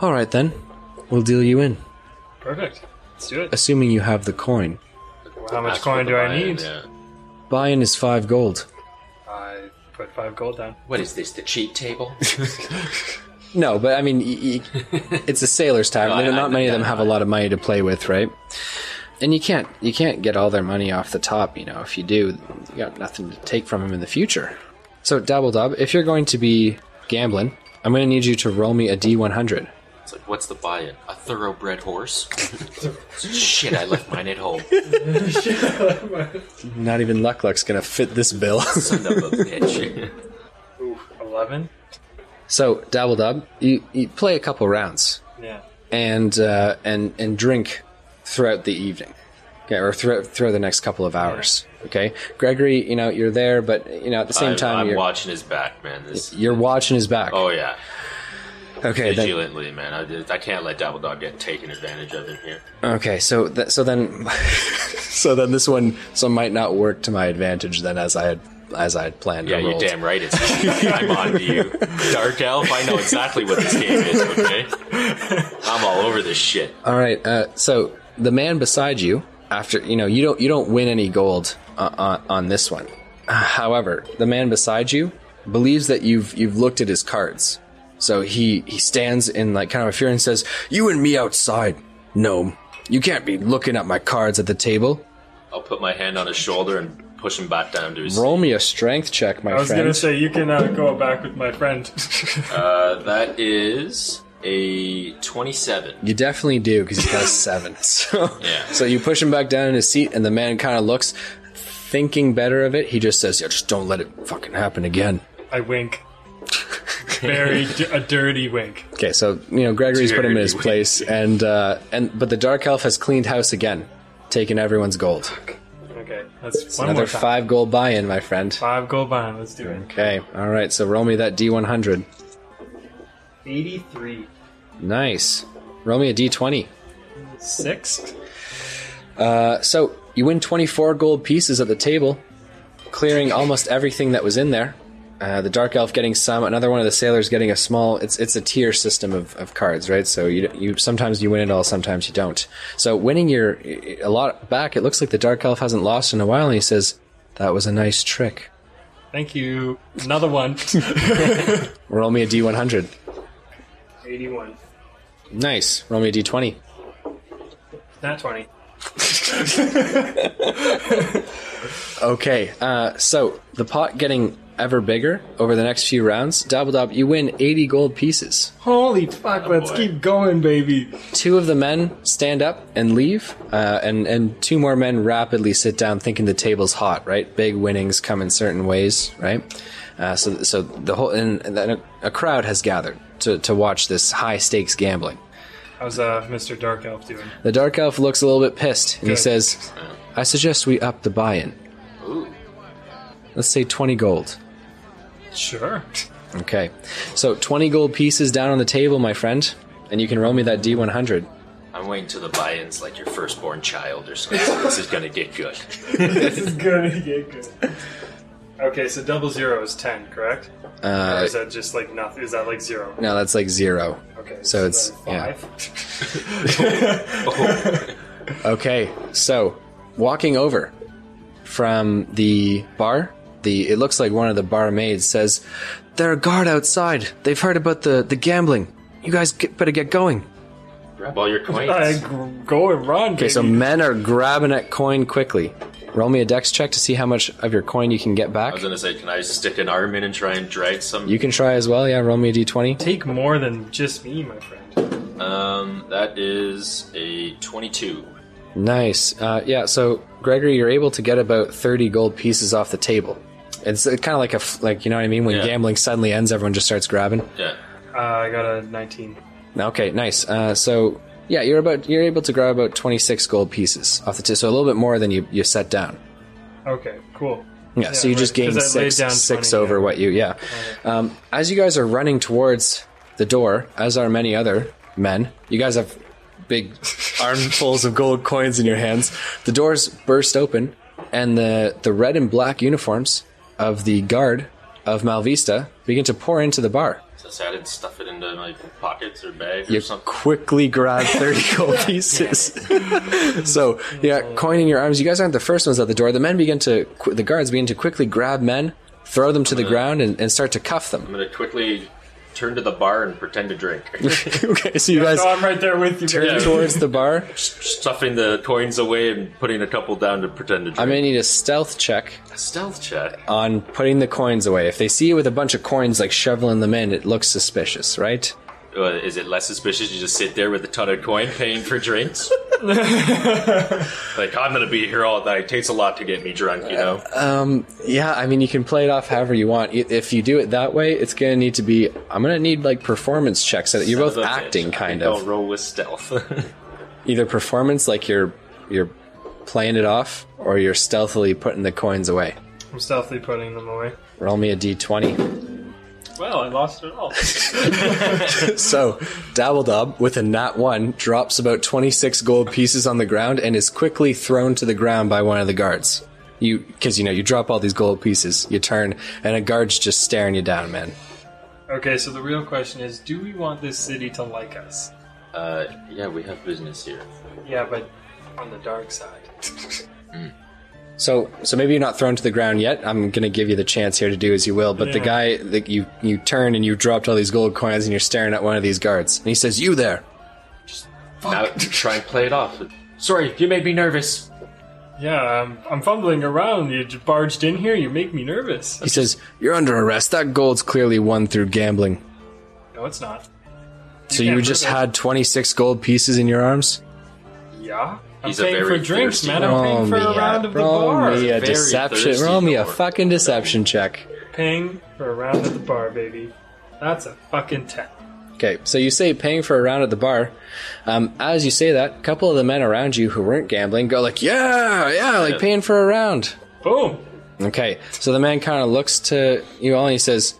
A: All right, then, we'll deal you in,
B: Perfect. Let's do it.
A: assuming you have the coin.
B: How much
C: Ask for
B: coin
C: the
B: do I
C: buy-in,
B: need?
C: yeah.
A: Buy in is five gold.
B: I put five gold down.
C: What is this? The cheat table?
A: No, but I mean, y- y- it's a sailor's tavern.
C: No, I-
A: They-
C: I
A: not many of them
C: understand
A: have a lot of money to play with, right? And you can't you can't get all their money off the top. You know, if you do, you got nothing to take from them in the future. So, Dabble Dub, if you're going to be gambling, I'm going to need you to roll me a D100.
C: It's like, what's the buy-in? A thoroughbred horse? Shit, I left mine at home.
A: Not even Luck Luck's going to fit this bill.
C: Son of a bitch.
B: Ooh, 11?
A: so, Dabble Dub, you, you play a couple rounds.
B: Yeah.
A: and uh, and and drink throughout the evening, okay, or throughout throughout the next couple of hours. Okay, Gregory, you know you're there, but you know at the same
C: I'm,
A: time
C: I'm
A: you're
C: watching his back, man. This.
A: you're watching his back.
C: Oh yeah,
A: okay, then,
C: vigilantly, man. I, did- I can't let Dabble Dog get taken advantage of in here.
A: okay. So th- so then so then this one so might not work to my advantage then as I had as I had planned.
C: Yeah,
A: or
C: you're
A: rolled.
C: damn right. It's I'm on to you, Dark Elf. I know exactly what this game is. Okay, I'm all over this shit.
A: All right. Uh, so the man beside you, after you know, you don't you don't win any gold uh, on, on this one. Uh, However, the man beside you believes that you've you've looked at his cards. So he he stands in like kind of a fear and says, "You and me outside, gnome. You can't be looking at my cards at the table.
C: I'll put my hand on his shoulder and push him back down to his.
A: Roll me a strength check, my
B: I was
A: friend."
B: gonna say you can uh, go back with my friend.
C: Uh, that is a 27.
A: You definitely do because he's got a seven. So,
C: Yeah.
A: so you push him back down in his seat, and the man kind of looks, thinking better of it. He just says, "Yeah, just don't let it fucking happen again."
B: I wink. Very d- a dirty wink.
A: Okay, so you know Gregory's put him in his
C: Dirty.
A: place, and uh, and but the dark elf has cleaned house again, taking everyone's gold.
B: Okay, that's
A: It's
B: one
A: another
B: more time.
A: five gold buy-in, my friend.
B: Five gold bond. Let's do it.
A: Okay, all right. So roll me that d100.
B: 83.
A: Nice. Roll me a d20.
B: Six?
A: Uh, so you win 24 gold pieces at the table, clearing almost everything that was in there. Uh, the dark elf getting some, another one of the sailors getting a small. It's it's a tier system of, of cards, right? So you you sometimes you win it all, sometimes you don't. So winning your a lot back, it looks like the dark elf hasn't lost in a while, and he says, "That was a nice trick."
B: Thank you. Another one.
A: Roll me a d100.
B: 81.
A: Nice. Roll me a d20.
B: Not 20.
A: Okay, uh, so the pot getting ever bigger over the next few rounds. Double up, you win 80 gold pieces.
B: Holy fuck, let's
C: boy.
B: keep going, baby.
A: Two of the men stand up and leave, uh, and, and two more men rapidly sit down thinking the table's hot, right? Big winnings come in certain ways, right? Uh, so, so the whole, and, and then a, a crowd has gathered to, to watch this high stakes gambling.
B: How's uh, Mr. Dark Elf doing?
A: The dark elf looks a little bit pissed, and he
B: Good.
A: says, I suggest we up the buy in.
C: Ooh.
A: Let's say 20 gold.
B: Sure.
A: Okay. So 20 gold pieces down on the table, my friend. And you can roll me that D100.
C: I'm waiting till the buy-in's like your firstborn child or something. this is gonna get good.
B: this is gonna get good. Okay, so double zero is 10, correct? or
A: Uh,
B: is that just like nothing? Is that like zero?
A: no, that's like zero.
B: Okay.
A: So it's-
B: then
A: yeah.
B: five.
C: Oh,
A: Okay. So walking over from the bar, the it looks like one of the barmaids says, "There are guard outside. They've heard about the the gambling. You guys get, better get going."
C: Grab all your coins.
B: I g- go and run.
A: Okay, so men are grabbing at coin quickly. Roll me a dex check to see how much of your coin you can get
C: I
A: back.
C: was gonna say, can I stick an arm in and try and drag some?
A: You can try as well. Yeah, roll me a d20.
B: take more than just me, my friend.
C: Um, that is a 22.
A: Nice. Uh, yeah. So Gregory, you're able to get about thirty gold pieces off the table. It's kind of like a f- like you know what I mean when
C: Yeah.
A: gambling suddenly ends, everyone just starts grabbing.
C: Yeah.
B: Uh, I got a 19.
A: Okay, nice. Uh, so yeah, you're about you're able to grab about twenty six gold pieces off the table, so a little bit more than you you set down.
B: Okay, cool.
A: Yeah, so you
B: right,
A: just gain
B: 'cause I laid
A: six,
B: down
A: six
B: 20,
A: over
B: yeah.
A: what you, yeah. Um, as you guys are running towards the door, as are many other men, you guys have big armfuls of gold coins in your hands. The doors burst open, and the, the red and black uniforms of the guard of Malvista begin to pour into the bar.
C: So I didn't stuff it into my pockets or bag
A: You
C: or something.
A: quickly grab 30 gold pieces. so, yeah, coin in your arms. You guys aren't the first ones at the door. The men begin to, qu- the guards begin to quickly grab men, throw them to the ground, and, and start to cuff them.
C: I'm gonna quickly turn to the bar and pretend to drink.
A: okay, so you guys
B: No, I'm right there with you.
A: turn
C: Yeah.
A: towards the bar.
C: Stuffing the coins away and putting a couple down to pretend to drink. Uh,
A: I'm going to need a stealth check
C: stealth check.
A: on putting the coins away. If they see you with a bunch of coins, like shoveling them in, it looks suspicious, right?
C: Uh, is it less suspicious? You just sit there with a ton of coin, paying for drinks. like I'm gonna be here all night. Takes a lot to get me drunk, you know.
A: Uh, Yeah, I mean, you can play it off however you want. I- If you do it that way, it's going to need to be, I'm going to need like performance checks so that you're
C: Son
A: both
C: of a bitch.
A: acting,
C: I
A: kind
C: think
A: of.
C: I'll roll with stealth.
A: either performance like you're you're playing it off or you're stealthily putting the coins away
B: I'm stealthily putting them away.
A: roll me a d20
B: Well, I lost it all.
A: so dabbledob with a nat 1 drops about 26 gold pieces on the ground and is quickly thrown to the ground by one of the guards you because you know you drop all these gold pieces you turn and a guard's just staring you down man
B: okay, so the real question is do we want this city to like us?
C: uh, yeah, we have business here.
B: Yeah, but on the dark side.
A: so so maybe you're not thrown to the ground yet i'm gonna give you the chance here to do as you will but the
B: Yeah.
A: guy that you you turn and you dropped all these gold coins and you're staring at one of these guards and he says you there
C: Now try and play it off. Sorry, you made me nervous.
B: Yeah, I'm, I'm fumbling around. You j- barged in here. You make me nervous.
A: He says, You're under arrest. That gold's clearly won through gambling.
B: No, it's not.
A: so you
B: can't
A: just
B: prove it.
A: had 26 gold pieces in your arms?
B: Yeah. I'm
C: He's a
B: paying
C: very
B: for drinks,
C: thirsty
B: man. I'm paying for a
A: a-
B: round of the
A: roll
B: bar.
A: me a
C: Very
A: deception.
C: thirsty
A: Roll me a
C: door.
A: fucking deception check.
B: Paying for a round at the bar, baby. That's a fucking ten.
A: Okay, so you say paying for a round at the bar. Um, as you say that, a couple of the men around you who weren't gambling go like, "Yeah, yeah, like paying for a round."
B: Boom.
A: Okay, so the man kind of looks to you all and he says,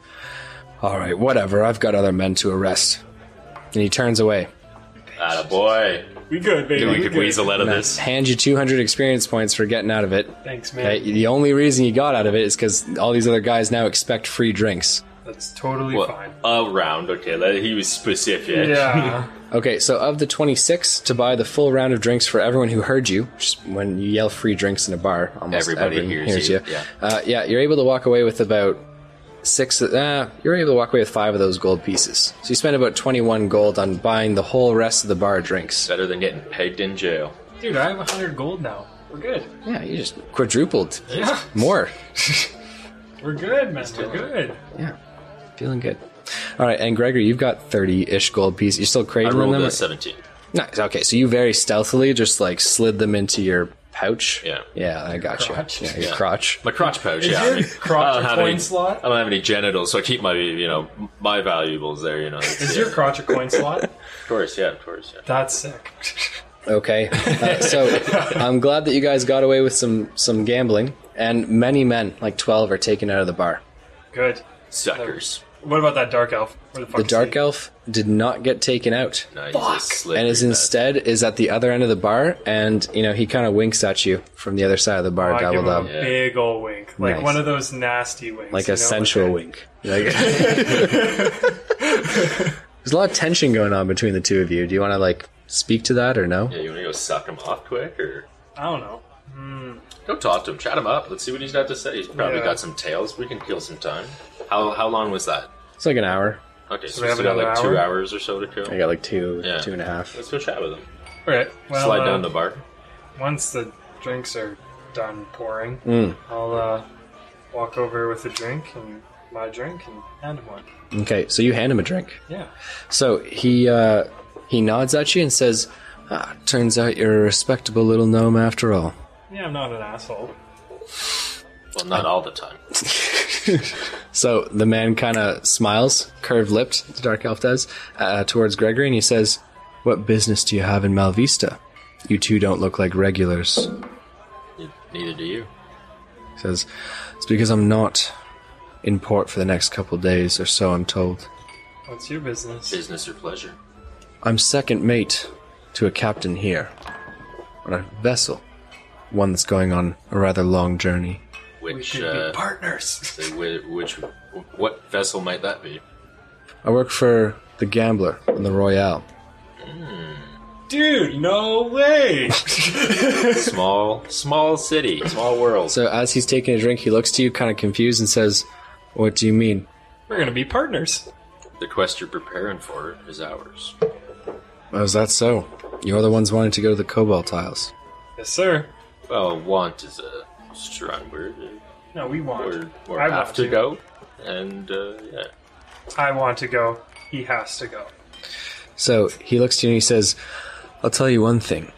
A: "All right, whatever. I've got other men to arrest." And he turns away.
C: Atta boy.
B: We good, baby.
C: We
B: we
C: could
B: good.
C: weasel out of this.
A: Hand you 200 experience points for getting out of it.
B: Thanks, man.
A: Okay, the only reason you got out of it is because all these other guys now expect free drinks.
B: That's totally
C: Well,
B: fine.
C: a round, okay. like, He was specific.
B: Yeah.
A: Okay, so of the 26 to buy the full round of drinks for everyone who heard you, which is when you yell free drinks in a bar, almost
C: Everybody
A: everyone
C: hears you, yeah.
A: Uh, yeah, you're able to walk away with about six, uh, you're able to walk away with five of those gold pieces. So you spent about 21 gold on buying the whole rest of the bar drinks.
C: Better than getting pegged in jail.
B: Dude, I have 100 gold now. We're good.
A: Yeah, you just quadrupled
B: Yeah.
A: more.
B: We're good, man. We're good.
A: Yeah, feeling good. All right, and Gregory, you've got 30 ish gold pieces. You're still
C: I
A: craving
C: rolled
A: them?
C: a 17.
A: Nice. Okay, so you very stealthily just like slid them into your pouch.
C: Yeah.
A: Yeah, I got
B: Crotch.
A: you. Yeah, your
C: Yeah.
A: crotch.
C: My crotch pouch,
B: Is
C: yeah.
B: your
C: I mean,
B: crotch
C: I don't
B: a
C: have
B: coin
C: any,
B: slot?
C: I don't have any genitals, so I keep my, you know, my valuables there, you know. It's-
B: Is
C: yeah.
B: your crotch a coin slot?
C: Of course, yeah, of course, yeah.
B: That's sick.
A: Okay. Uh, so I'm glad that you guys got away with some some gambling, and many men, like 12, are taken out of the bar.
B: Good.
C: Suckers.
B: What about that dark elf? Where the fuck
A: The dark elf did not get taken out,
C: No, he's a slippery
A: and is
C: bastard.
A: instead is at the other end of the bar, and you know he kind of winks at you from the other side of the bar,
B: Oh, I give
A: doubled
B: him a
A: up,
C: Yeah.
B: big old wink, like
A: Nice.
B: one of those nasty winks,
A: like
B: you
A: a
B: know,
A: sensual
B: like
A: wink. Like- There's a lot of tension going on between the two of you. Do you want to like speak to that or no?
C: Yeah, you want to go suck him off quick, or
B: I don't know.
C: go talk to him, chat him up. Let's see what he's got to say. He's probably
B: Yeah.
C: got some tales. We can kill some time. How how long was that?
A: It's like an hour.
C: Okay, so,
B: we
C: we
B: have
C: got like
B: another
C: two
B: hour?
C: hours or so to kill.
A: I got like two,
C: Yeah.
A: two and a half.
C: Let's go chat with him.
B: All right. Well,
C: Slide
B: uh,
C: down the bar.
B: once the drinks are done pouring,
A: Mm.
B: I'll uh, walk over with a drink and my drink and hand him one.
A: Okay, so you hand him a drink.
B: Yeah.
A: So he uh, he nods at you and says, ah, "Turns out you're a respectable little gnome after all."
B: Yeah, I'm not an asshole.
C: Well, not all the time.
A: So the man kind of smiles, curved lipped, the dark elf does, uh, towards Gregory, and he says, "What business do you have in Malvista? You two don't look like regulars."
C: Ne- Neither do you.
A: He says, "It's because I'm not in port for the next couple days or so. I'm told
B: What's your business?
C: Business or pleasure?
A: I'm second mate to a captain here on a vessel, one that's going on a rather long journey."
B: We
C: Which
B: should
C: uh,
B: be partners.
C: say whi- which what vessel might that be?
A: I work for the Gambler and the Royale.
B: Dude, no way!
C: Small small city, small world.
A: So as he's taking a drink, he looks to you kind of confused and says, "What do you mean?"
B: We're gonna be partners.
C: the quest you're preparing for is ours.
A: Oh, is that so? You're the ones wanting to go to the Cobalt Isles.
B: Yes, sir.
C: Well, want is a strong word.
B: No, we want.
C: Or, or
B: I
C: have
B: want
C: to go, and uh, yeah.
B: I want to go. He has to go.
A: So he looks to you and he says, I'll tell you one thing.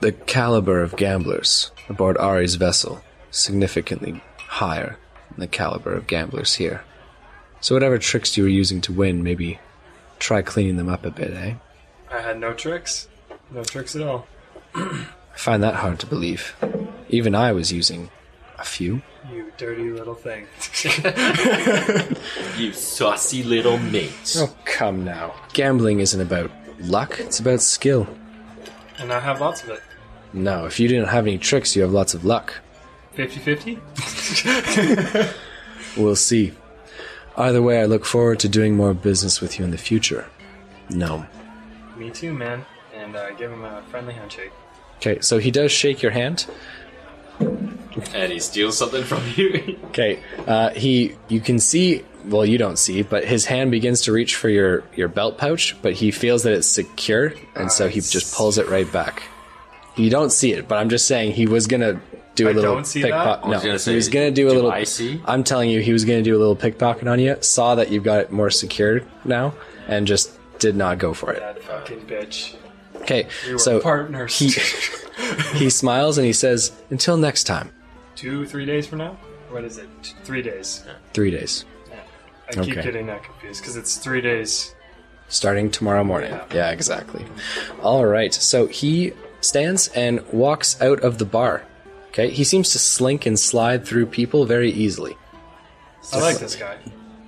A: The caliber of gamblers aboard Ari's vessel is significantly higher than the caliber of gamblers here. So whatever tricks you were using to win, maybe try cleaning them up a bit, eh?
B: I had no tricks. No tricks at all.
A: I find that hard to believe. Even I was using a few.
B: You dirty little thing.
C: You saucy little mate.
A: Oh, come now. Gambling isn't about luck, it's about skill.
B: and I have lots of it.
A: No, if you didn't have any tricks, you have lots of luck.
B: 50 50?
A: We'll see. Either way, I look forward to doing more business with you in the future. No.
B: Me too, man. And uh, give him a friendly handshake.
A: Okay, so he does shake your hand.
C: And he steals something from you.
A: Okay, uh, he you can see. Well, you don't see, but his hand begins to reach for your your belt pouch, but he feels that it's secure, and so he just pulls it right back. You don't see it, but I'm just saying he was gonna do a
B: I
A: little
B: don't see
A: pickpocket.
B: that?
A: No,
C: was gonna say,
A: he was gonna do a
C: do
A: little.
C: I see?
A: am telling you, he was gonna do a little pickpocket on you. Saw that you've got it more secured now, and just did not go for it.
B: That fucking bitch.
A: Okay,
B: We were
A: Uh, so
B: partners.
A: he he smiles and he says, "Until next time,
B: Two, three days from now? What is it? T- Three days.
A: three days,
B: I keep
A: Okay.
B: getting that confused because it's three days.
A: starting tomorrow morning."
B: Yeah.
A: Yeah, exactly. All right, so he stands and walks out of the bar. Okay, he seems to slink and slide through people very easily.
B: I like this guy.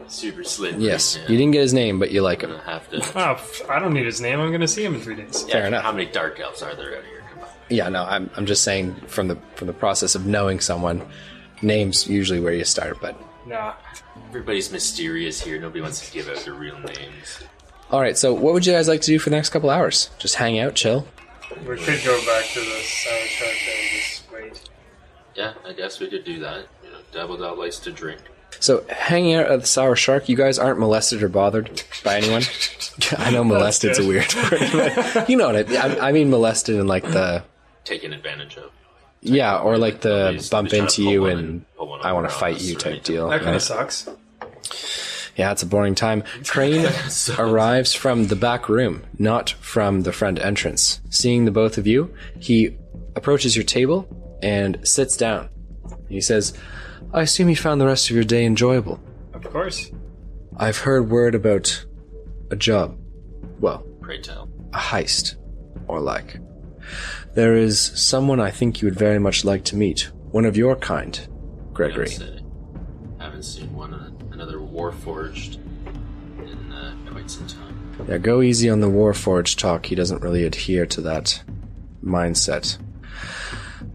C: Super slim.
A: Yes,
C: Yeah.
A: you didn't get his name, but you like
C: I'm
A: him.
C: gonna have to.
B: Oh, f- I don't need his name. I'm going to see him in three days.
C: Yeah,
A: Fair enough.
C: How many dark elves are there out here? Come on.
A: Yeah, no, I'm I'm just saying from the from the process of knowing someone, names usually where you start, but
B: Nah.
C: Everybody's mysterious here. Nobody wants to give out their real names.
A: All right, so what would you guys like to do for the next couple hours? Just hang out, chill.
B: We could go back to the sour truck and just wait.
C: Yeah, I guess we could do that. You know, Double Dot likes to drink.
A: So, hanging out at the Sour Shark, you guys aren't molested or bothered by anyone. I know molested's a
B: good.
A: weird word, but you know what I, I, I mean. Molested in like the
C: Taken advantage of.
A: yeah, or like the
C: Nobody's-
A: bump
C: nobody's
A: into
C: trying to
A: you
C: pull one
A: and
C: and pull one
A: I want to
C: over on
A: fight
C: us
A: you
C: or
A: type
C: anything.
A: deal.
B: That kind
A: right?
B: of sucks.
A: Yeah, it's a boring time. Crane arrives from the back room, not from the front entrance. Seeing the both of you, he approaches your table and sits down. He says, I assume you found the rest of your day enjoyable.
B: Of course.
A: I've heard word about a job. Well,
C: Pray tell.
A: a heist, or like. There is someone I think you would very much like to meet. One of your kind, Gregory.
C: Haven't seen- Haven't seen one uh, another war forged in uh, quite some time.
A: Yeah, go easy on the Warforged talk. He doesn't really adhere to that mindset.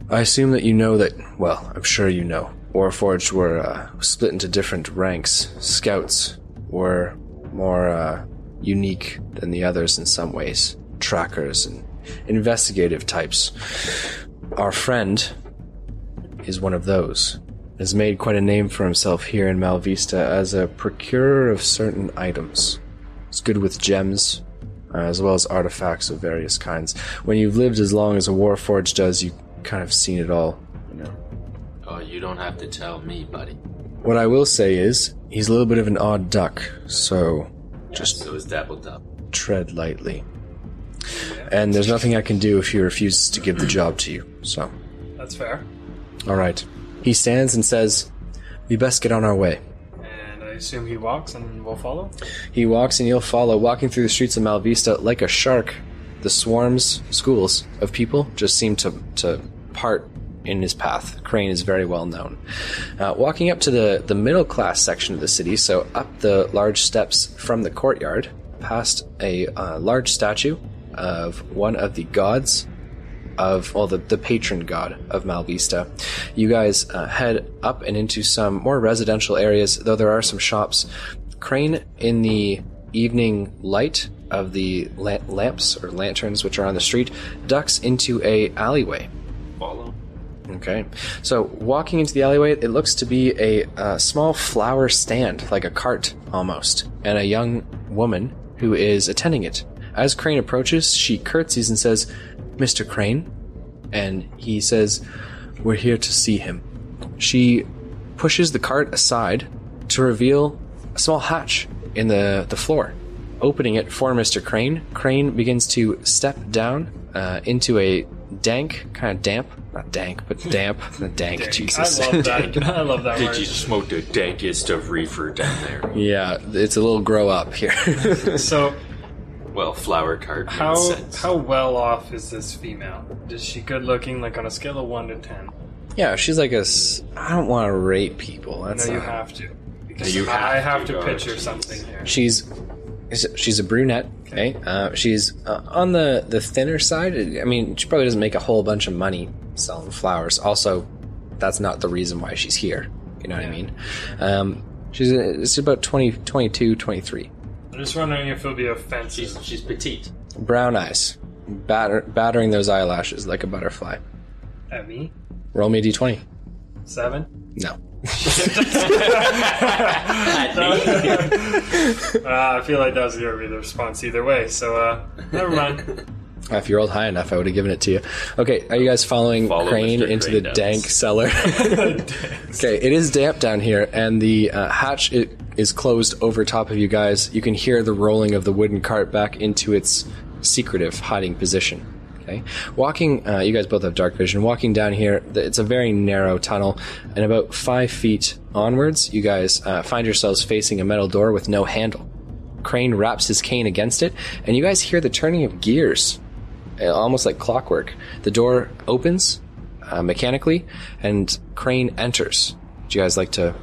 A: I assume that you know that, well, I'm sure you know. Warforged were uh, split into different ranks. Scouts were more uh, unique than the others in some ways. Trackers and investigative types. Our friend is one of those. Has made quite a name for himself here in Malvista as a procurer of certain items. It's good with gems, uh, as well as artifacts of various kinds. When you've lived as long as a Warforged does, you kind of seen it all.
C: Oh, you don't have to tell me, buddy.
A: What I will say is, he's a little bit of an odd duck, so
C: Just so is Double Dot.
A: tread lightly. And there's nothing I can do if he refuses to give the job to you, so.
B: That's fair.
A: All right. He stands and says, We best get on our way.
B: And I assume he walks and we'll follow.
A: He walks and you'll follow, walking through the streets of Malvista like a shark. The swarms, schools of people just seem to, to part in his path. Crane is very well known. Uh, walking up to the, the middle class section of the city, so up the large steps from the courtyard, past a uh, large statue of one of the gods of well the, the patron god of malvista you guys uh, head up and into some more residential areas though there are some shops crane in the evening light of the la- lamps or lanterns which are on the street ducks into a alleyway
C: Follow.
A: Okay. So walking into the alleyway, it looks to be a uh, small flower stand, like a cart almost, and a young woman who is attending it. As Crane approaches, she curtsies and says, Mr. Crane. And he says, We're here to see him. She pushes the cart aside to reveal a small hatch in the, the floor. Opening it for Mr. Crane, Crane begins to step down uh, into a dank, kind of damp, not dank, but damp, not dank, Jesus.
B: I love that. I love that
C: Did you
B: word.
C: smoke the dankest of reefer down there?
A: yeah, it's a little grow up here.
B: So
C: Well, flower cart made
B: how
C: sense.
B: how well off is this female? Is she good looking? Like on a scale of one to ten?
A: yeah, she's like a. s- I don't want to rate people.
B: No,
A: That's
B: you
A: not-
B: have to. Because
C: you
B: I
C: have
B: have
C: to,
B: to,
C: God,
B: picture
C: jeez.
B: something here.
A: She's is- she's a brunette. Okay, uh, she's uh, on the the thinner side. I mean, she probably doesn't make a whole bunch of money selling flowers. Also, that's not the reason why she's here. You know what I mean? Um, she's it's about 20, 22, 23.
B: I'm just wondering if it'll be offensive.
C: She's, she's petite.
A: Brown eyes, batter, battering those eyelashes like a butterfly.
B: At me?
A: Roll me a d twenty.
B: Seven?
A: No.
B: Ah, Uh, I feel like that was going to be the response either way, so uh, never mind.
A: Uh, If you rolled high enough, I would have given it to you. Okay, are you guys following
C: Follow
A: Crane
C: Mr.
A: into
C: Crane
A: the
C: down.
A: dank cellar? okay, it is damp down here, and the uh, hatch i- is closed over top of you guys. You can hear the rolling of the wooden cart back into its secretive hiding position. Okay, walking. Uh, you guys both have dark vision. Walking down here, th- it's a very narrow tunnel, and about five feet onwards, you guys uh, find yourselves facing a metal door with no handle. Crane wraps his cane against it, and you guys hear the turning of gears uh, almost like clockwork. The door opens uh, mechanically, and Crane enters. Do you guys like to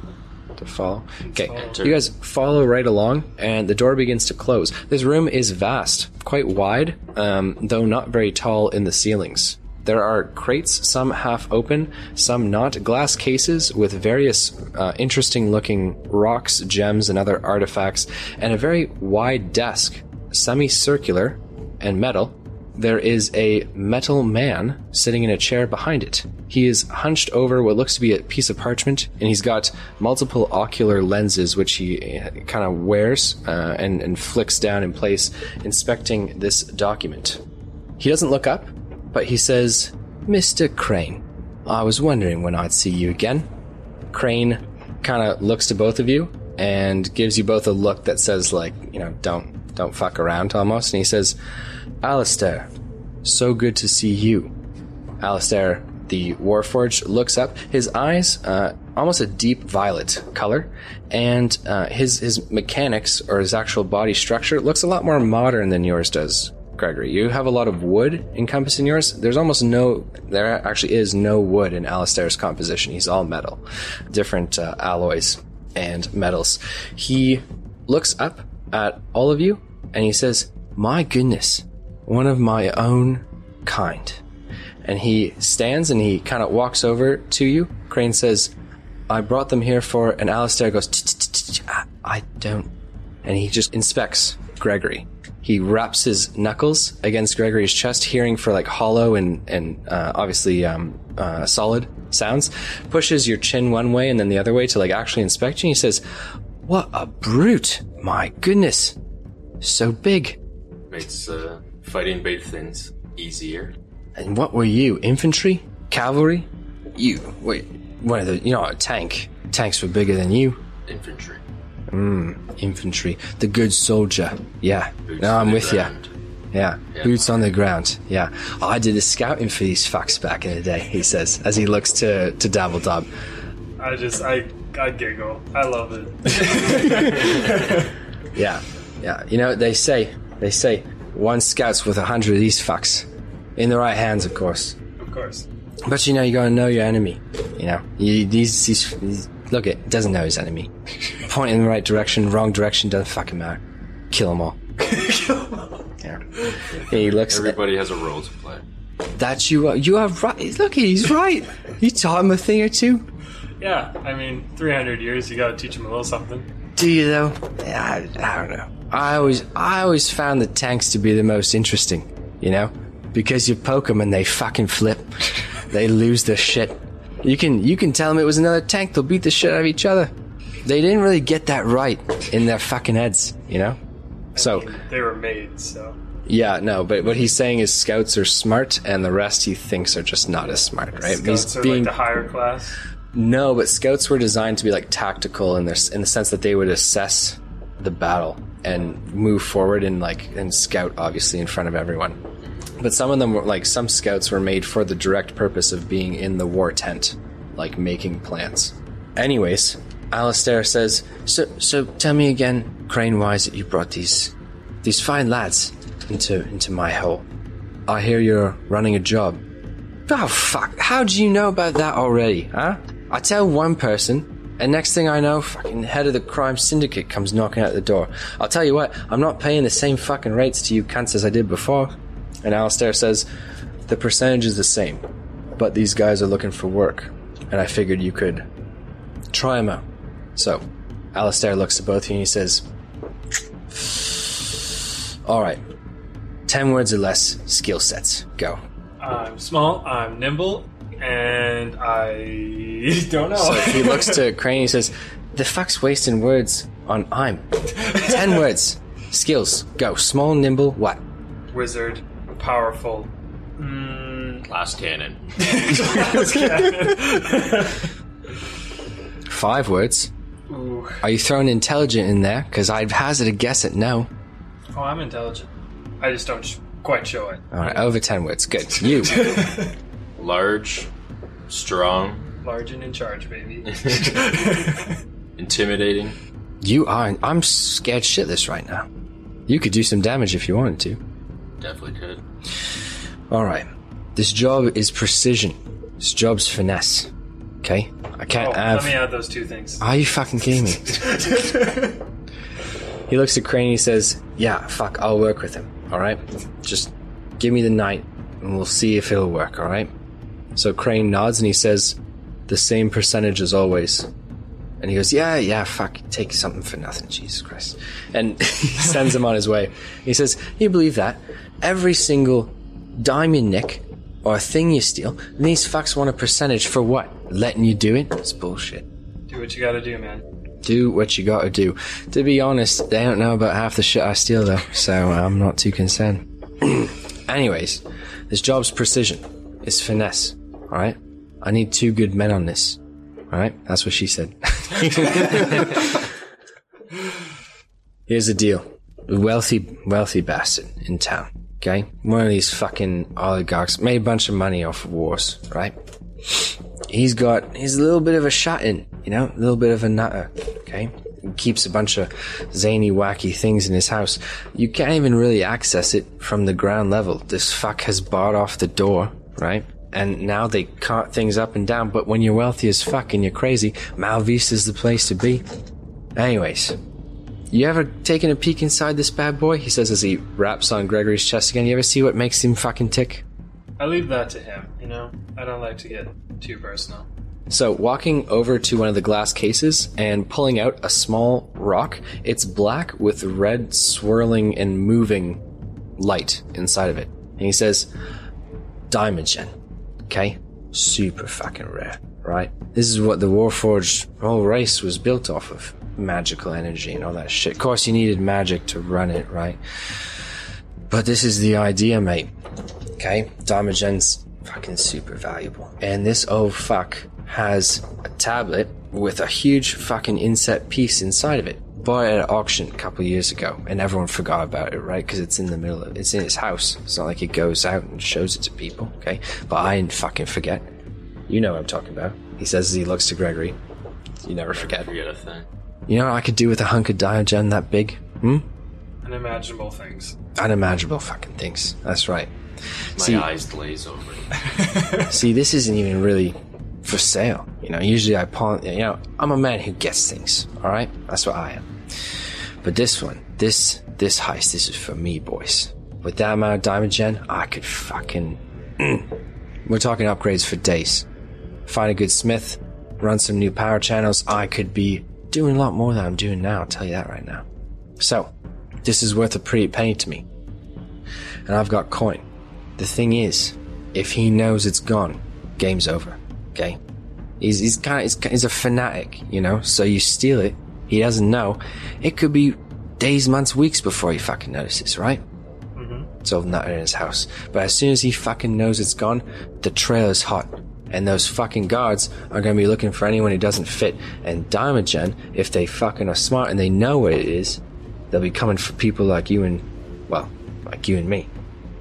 A: to follow? Okay,
C: Enter.
A: you guys follow right along, and the door begins to close. This room is vast, quite wide, um, though not very tall in the ceilings. There are crates, some half open, some not, glass cases with various uh, interesting looking rocks, gems, and other artifacts, and a very wide desk, semicircular and metal, there is a metal man sitting in a chair behind it. He is hunched over what looks to be a piece of parchment, and he's got multiple ocular lenses which he kind of wears uh, and, and flicks down in place, inspecting this document. He doesn't look up, but he says, Mr. Crane, I was wondering when I'd see you again. Crane kind of looks to both of you and gives you both a look that says, like, you know, don't, don't fuck around almost. And he says, Alistair, so good to see you. Alistair, the Warforged, looks up. His eyes, uh, almost a deep violet color, and uh, his his mechanics or his actual body structure looks a lot more modern than yours does. Gregory, you have a lot of wood encompassing yours. There's almost no, there actually is no wood in Alistair's composition. He's all metal, different uh, alloys and metals. He looks up at all of you and he says, My goodness, one of my own kind and he stands and he kind of walks over to you. Crane says, I brought them here for, and Alistair goes, "Tch-tch-tch-tch, I- I don't. And he just inspects Gregory. He wraps his knuckles against Gregory's chest, hearing for like hollow and, and uh, obviously um, uh, solid sounds, pushes your chin one way and then the other way to like actually inspect you. And he says, What a brute! My goodness! So big!
C: Makes uh, fighting big things easier.
A: And what were you? Infantry? Cavalry? You wait one of the you're not a tank. Tanks were bigger than you.
C: Infantry.
A: Infantry. The good soldier. Yeah. no, I'm with you. Yeah. Boots on the ground. Yeah. I did the scouting for these fucks back in the day, he says, as he looks to, to Dabble Dab.
B: I just I I giggle. I love it.
A: Yeah. Yeah. You know what they say? They say one scout's with a hundred of these fucks. In the right hands, of course.
B: Of course.
A: But you know, you gotta know your enemy. You know, you, these, these, these- Look, it doesn't know his enemy. Point in the right direction, wrong direction, doesn't fucking matter. Kill them all. Yeah. He looks.
C: Everybody has a role to play.
A: That you are. You are right. Look, he's right. You taught him a thing or two.
B: Yeah, I mean, 300 years, you gotta teach them a little something.
A: Do you though? I, I don't know. I always, I always found the tanks to be the most interesting. You know, because you poke them and they fucking flip. they lose their shit. You can, you can tell them it was another tank. They'll beat the shit out of each other. They didn't really get that right in their fucking heads. You know. So
B: They were made, so.
A: yeah, no. But what he's saying is scouts are smart, and the rest he thinks are just not as smart, right?
B: Scouts
A: he's
B: are like the higher class.
A: no, but scouts were designed to be like tactical in this, in the sense that they would assess the battle and move forward and like and scout obviously in front of everyone. But some of them were like some scouts were made for the direct purpose of being in the war tent, like making plans. Anyways, Alistair says, "So, so tell me again, Crane, why is it you brought these these fine lads into into my hole? I hear you're running a job." Oh fuck! How do you know about that already, huh? I tell one person, and next thing I know, fucking head of the crime syndicate comes knocking at the door. I'll tell you what, I'm not paying the same fucking rates to you cunts as I did before. And Alistair says, the percentage is the same, but these guys are looking for work, and I figured you could try 'em out. So, Alistair looks at both of you and he says, all right, ten words or less, skill sets, go.
B: I'm small, I'm nimble, and I don't know.
A: So he looks to Crane and says, The fuck's wasting words on I'm. Ten words. Skills. Go. Small, nimble, what?
B: Wizard. powerful. Mm,
C: Glass cannon.
A: Five words.
B: ooh.
A: Are you throwing intelligent in there? Because I'd hazard a guess at no.
B: Oh, I'm intelligent. I just don't sh- quite show it.
A: All right, over ten words. Good. You.
C: Large, strong,
B: Large and in charge, baby.
C: intimidating.
A: You are. I'm scared shitless right now. You could do some damage if you wanted to.
C: Definitely could.
A: All right. This job is precision. This job's finesse. Okay. I can't
B: Oh,
A: have.
B: let me add those two things.
A: Are you fucking kidding me? he looks at Crane and he says, Yeah, fuck, I'll work with him, alright? Just give me the night and we'll see if it'll work, alright? So Crane nods and he says, The same percentage as always. And he goes, Yeah, yeah, fuck, take something for nothing, Jesus Christ. And he sends him on his way. He says, You believe that? Every single dime you nick or thing you steal, these fucks want a percentage for what? Letting you do it? It's bullshit
B: Do what you gotta do, man.
A: do what you gotta do. To be honest, they don't know about half the shit I steal though, so I'm not too concerned. Anyways, this job's precision. It's finesse. Alright? I need two good men on this. Alright? That's what she said. Here's the deal. A wealthy wealthy bastard in town. Okay? One of these fucking oligarchs made a bunch of money off of wars, right? he's got he's a little bit of a shot in, you know, a little bit of a nutter. Okay, he keeps a bunch of zany, wacky things in his house. You can't even really access it from the ground level. This fuck has barred off the door, right? And now they cart things up and down. But when you're wealthy as fuck and you're crazy, Malvista's the place to be. Anyways, you ever taken a peek inside this bad boy? He says as he raps on Gregory's chest again. You ever see what makes him fucking tick?
B: I leave that to him, you know? I don't like to get too personal.
A: So, walking over to one of the glass cases and pulling out a small rock, it's black with red swirling and moving light inside of it. And he says, Diamond Gen. Okay? Super fucking rare, right? This is what the Warforged whole race was built off of magical energy and all that shit. Of course, you needed magic to run it, right? But this is the idea, mate. Okay, Diamond Gen's fucking super valuable. And this old fuck has a tablet with a huge fucking inset piece inside of it. Bought it at auction a couple years ago, and everyone forgot about it, right? Because it's in the middle of it's in his house. It's not like he goes out and shows it to people, okay? But I didn't fucking forget. You know what I'm talking about. He says as he looks to Gregory. You never forget.
C: Forget a thing.
A: You know what I could do with a hunk of Diogen that big? Hmm?
B: Unimaginable things.
A: Unimaginable fucking things. That's right.
C: My
A: See-
C: eyes glaze over.
A: See, this isn't even really for sale. You know, usually I pawn, you know, I'm a man who gets things, all right? That's what I am. But this one, this, this heist, this is for me, boys. With that amount of diamond gen, I could fucking. We're talking upgrades for days. Find a good smith, run some new power channels. I could be doing a lot more than I'm doing now, I'll tell you that right now. So, this is worth a pretty penny to me. And I've got coin. The thing is, if he knows it's gone, game's over. Okay, he's he's kind of he's, he's a fanatic, you know. So you steal it, he doesn't know. It could be days, months, weeks before he fucking notices, right? It's all nutter in his house. But as soon as he fucking knows it's gone, the trail is hot. And those fucking guards are gonna be looking for anyone who doesn't fit. And Diamond Gen, if they fucking are smart and they know what it is, they'll be coming for people like you and, well, like you and me.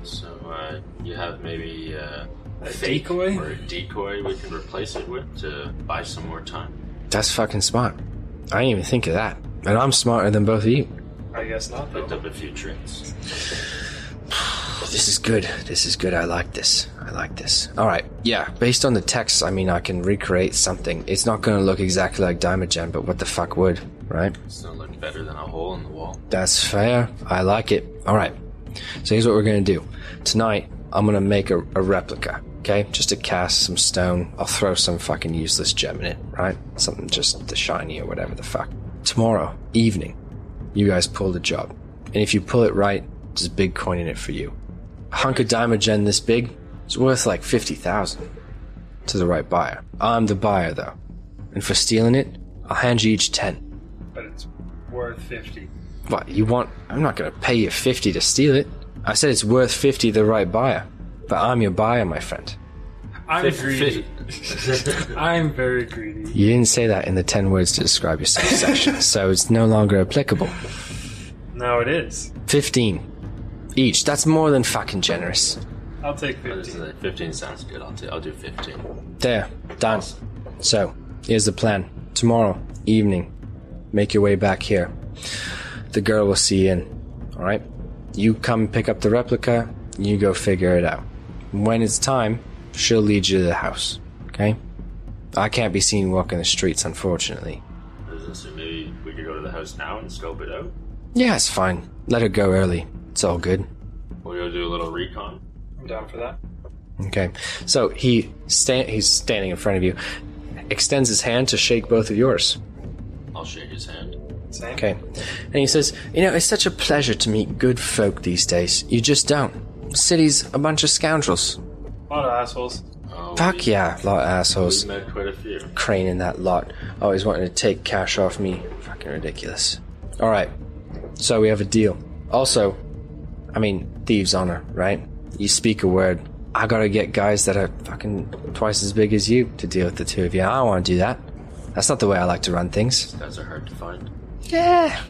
C: So uh, you have maybe uh, a
B: decoy?
C: or a decoy we can replace it with to buy some more time.
A: That's fucking smart. I didn't even think of that. And I'm smarter than both of you.
B: I guess not,
C: Picked
B: though.
C: up a few tricks.
A: This is good. This is good. I like this. I like this. All right. Yeah. Based on the text, I mean, I can recreate something. It's not going to look exactly like Diamond Gem, but what the fuck would, right?
C: Still look better than a hole in the wall.
A: That's fair. I like it. All right. So here's what we're going to do. Tonight, I'm going to make a, a replica, okay? Just to cast some stone. I'll throw some fucking useless gem in it, right? Something just the shiny or whatever the fuck. Tomorrow evening, you guys pull the job. And if you pull it right, there's a big coin in it for you. A hunk of diamond gem this big is worth like 50,000 to the right buyer. I'm the buyer though. And for stealing it, I'll hand you each 10.
B: But it's worth 50.
A: What you want? I'm not gonna pay you fifty to steal it. I said it's worth 50 to the right buyer. But I'm your buyer, my friend.
B: I'm greedy. I'm very greedy.
A: You didn't say that in the 10 words to describe yourself section, so it's no longer applicable.
B: No, it is.
A: 15 each. That's more than fucking generous.
B: I'll take
C: This is
B: 15.
C: it. 15 sounds good. I'll, t- I'll do 15.
A: There, done. So, here's the plan. Tomorrow evening, make your way back here. The girl will see you in. Alright? You come pick up the replica, you go figure it out. When it's time, she'll lead you to the house. Okay? I can't be seen walking the streets, unfortunately.
C: Does this mean maybe we could go to the house now and scope it out?
A: Yeah, it's fine. Let her go early. It's all good.
C: We'll go do a little recon.
B: I'm down for that.
A: Okay. So he sta- he's standing in front of you, extends his hand to shake both of yours.
C: I'll shake his hand.
B: Same.
A: Okay. And he says, You know, it's such a pleasure to meet good folk these days. You just don't. City's a bunch of scoundrels.
B: A lot of assholes.
C: Oh,
A: Fuck
C: we,
A: yeah, lot of
C: We
A: assholes.
C: met quite a few.
A: Crane in that lot. Always wanting to take cash off me. Fucking ridiculous. Alright. So we have a deal. Also, I mean, thieves' honor, right? You speak a word. I gotta get guys that are fucking twice as big as you to deal with the two of you. I don't wanna do that. That's not the way I like to run things.
C: Guys are hard to find.
A: Yeah.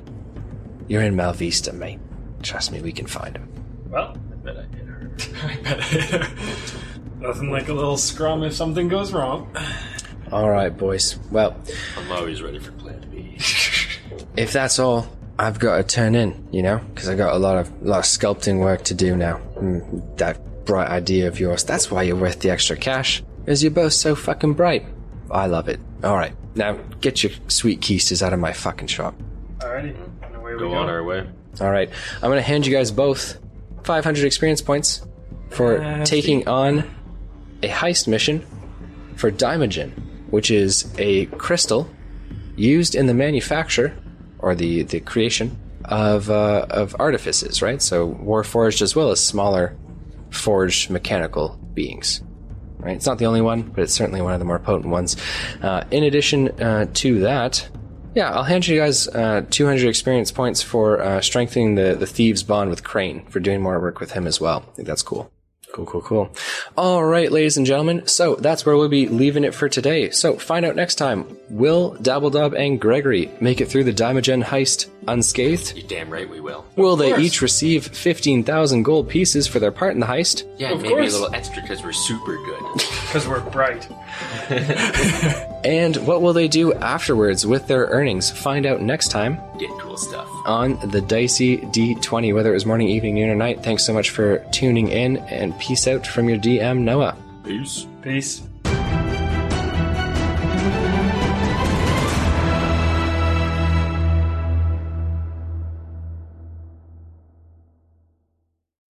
A: You're in Malvista, mate. Trust me, we can find him.
B: Well,
C: I bet I hit her.
B: I bet. Nothing like a little scrum if something goes wrong.
A: All right, boys. Well,
C: I'm always ready for plan B.
A: if that's all, I've got to turn in, you know, because I got a lot of lot of sculpting work to do now. Mm, that bright idea of yours. That's why you're worth the extra cash, because you're both so fucking bright. I love it. All right, now get your sweet keisters out of my fucking shop.
B: Alrighty. And away we
C: go
B: go.
C: on our way.
A: All right, I'm gonna hand you guys both 500 experience points for taking on a heist mission for Dimogen, which is a crystal used in the manufacture or the the creation of uh, of artifices, right? So warforged as well as smaller forged mechanical beings. Right? It's not the only one, but it's certainly one of the more potent ones. Uh, in addition uh, to that, yeah, I'll hand you guys uh, 200 experience points for uh, strengthening the, the thieves' bond with Crane for doing more work with him as well. I think that's cool. Cool, cool, cool. All right, ladies and gentlemen. So that's where we'll be leaving it for today. So find out next time. Will Dabbledub and Gregory make it through the Dimogen heist unscathed?
C: You're damn right we will.
A: Will they
B: course.
A: each receive 15,000 gold pieces for their part in the heist?
C: Yeah,
B: Of
C: maybe
B: course.
C: a little extra because we're super good.
B: Because we're bright.
A: And what will they do afterwards with their earnings? Find out next time
C: Get cool stuff.
A: on the Dicey D20, whether it was morning, evening, noon, or night. Thanks so much for tuning in and peace out from your DM, Noah.
C: Peace.
B: Peace.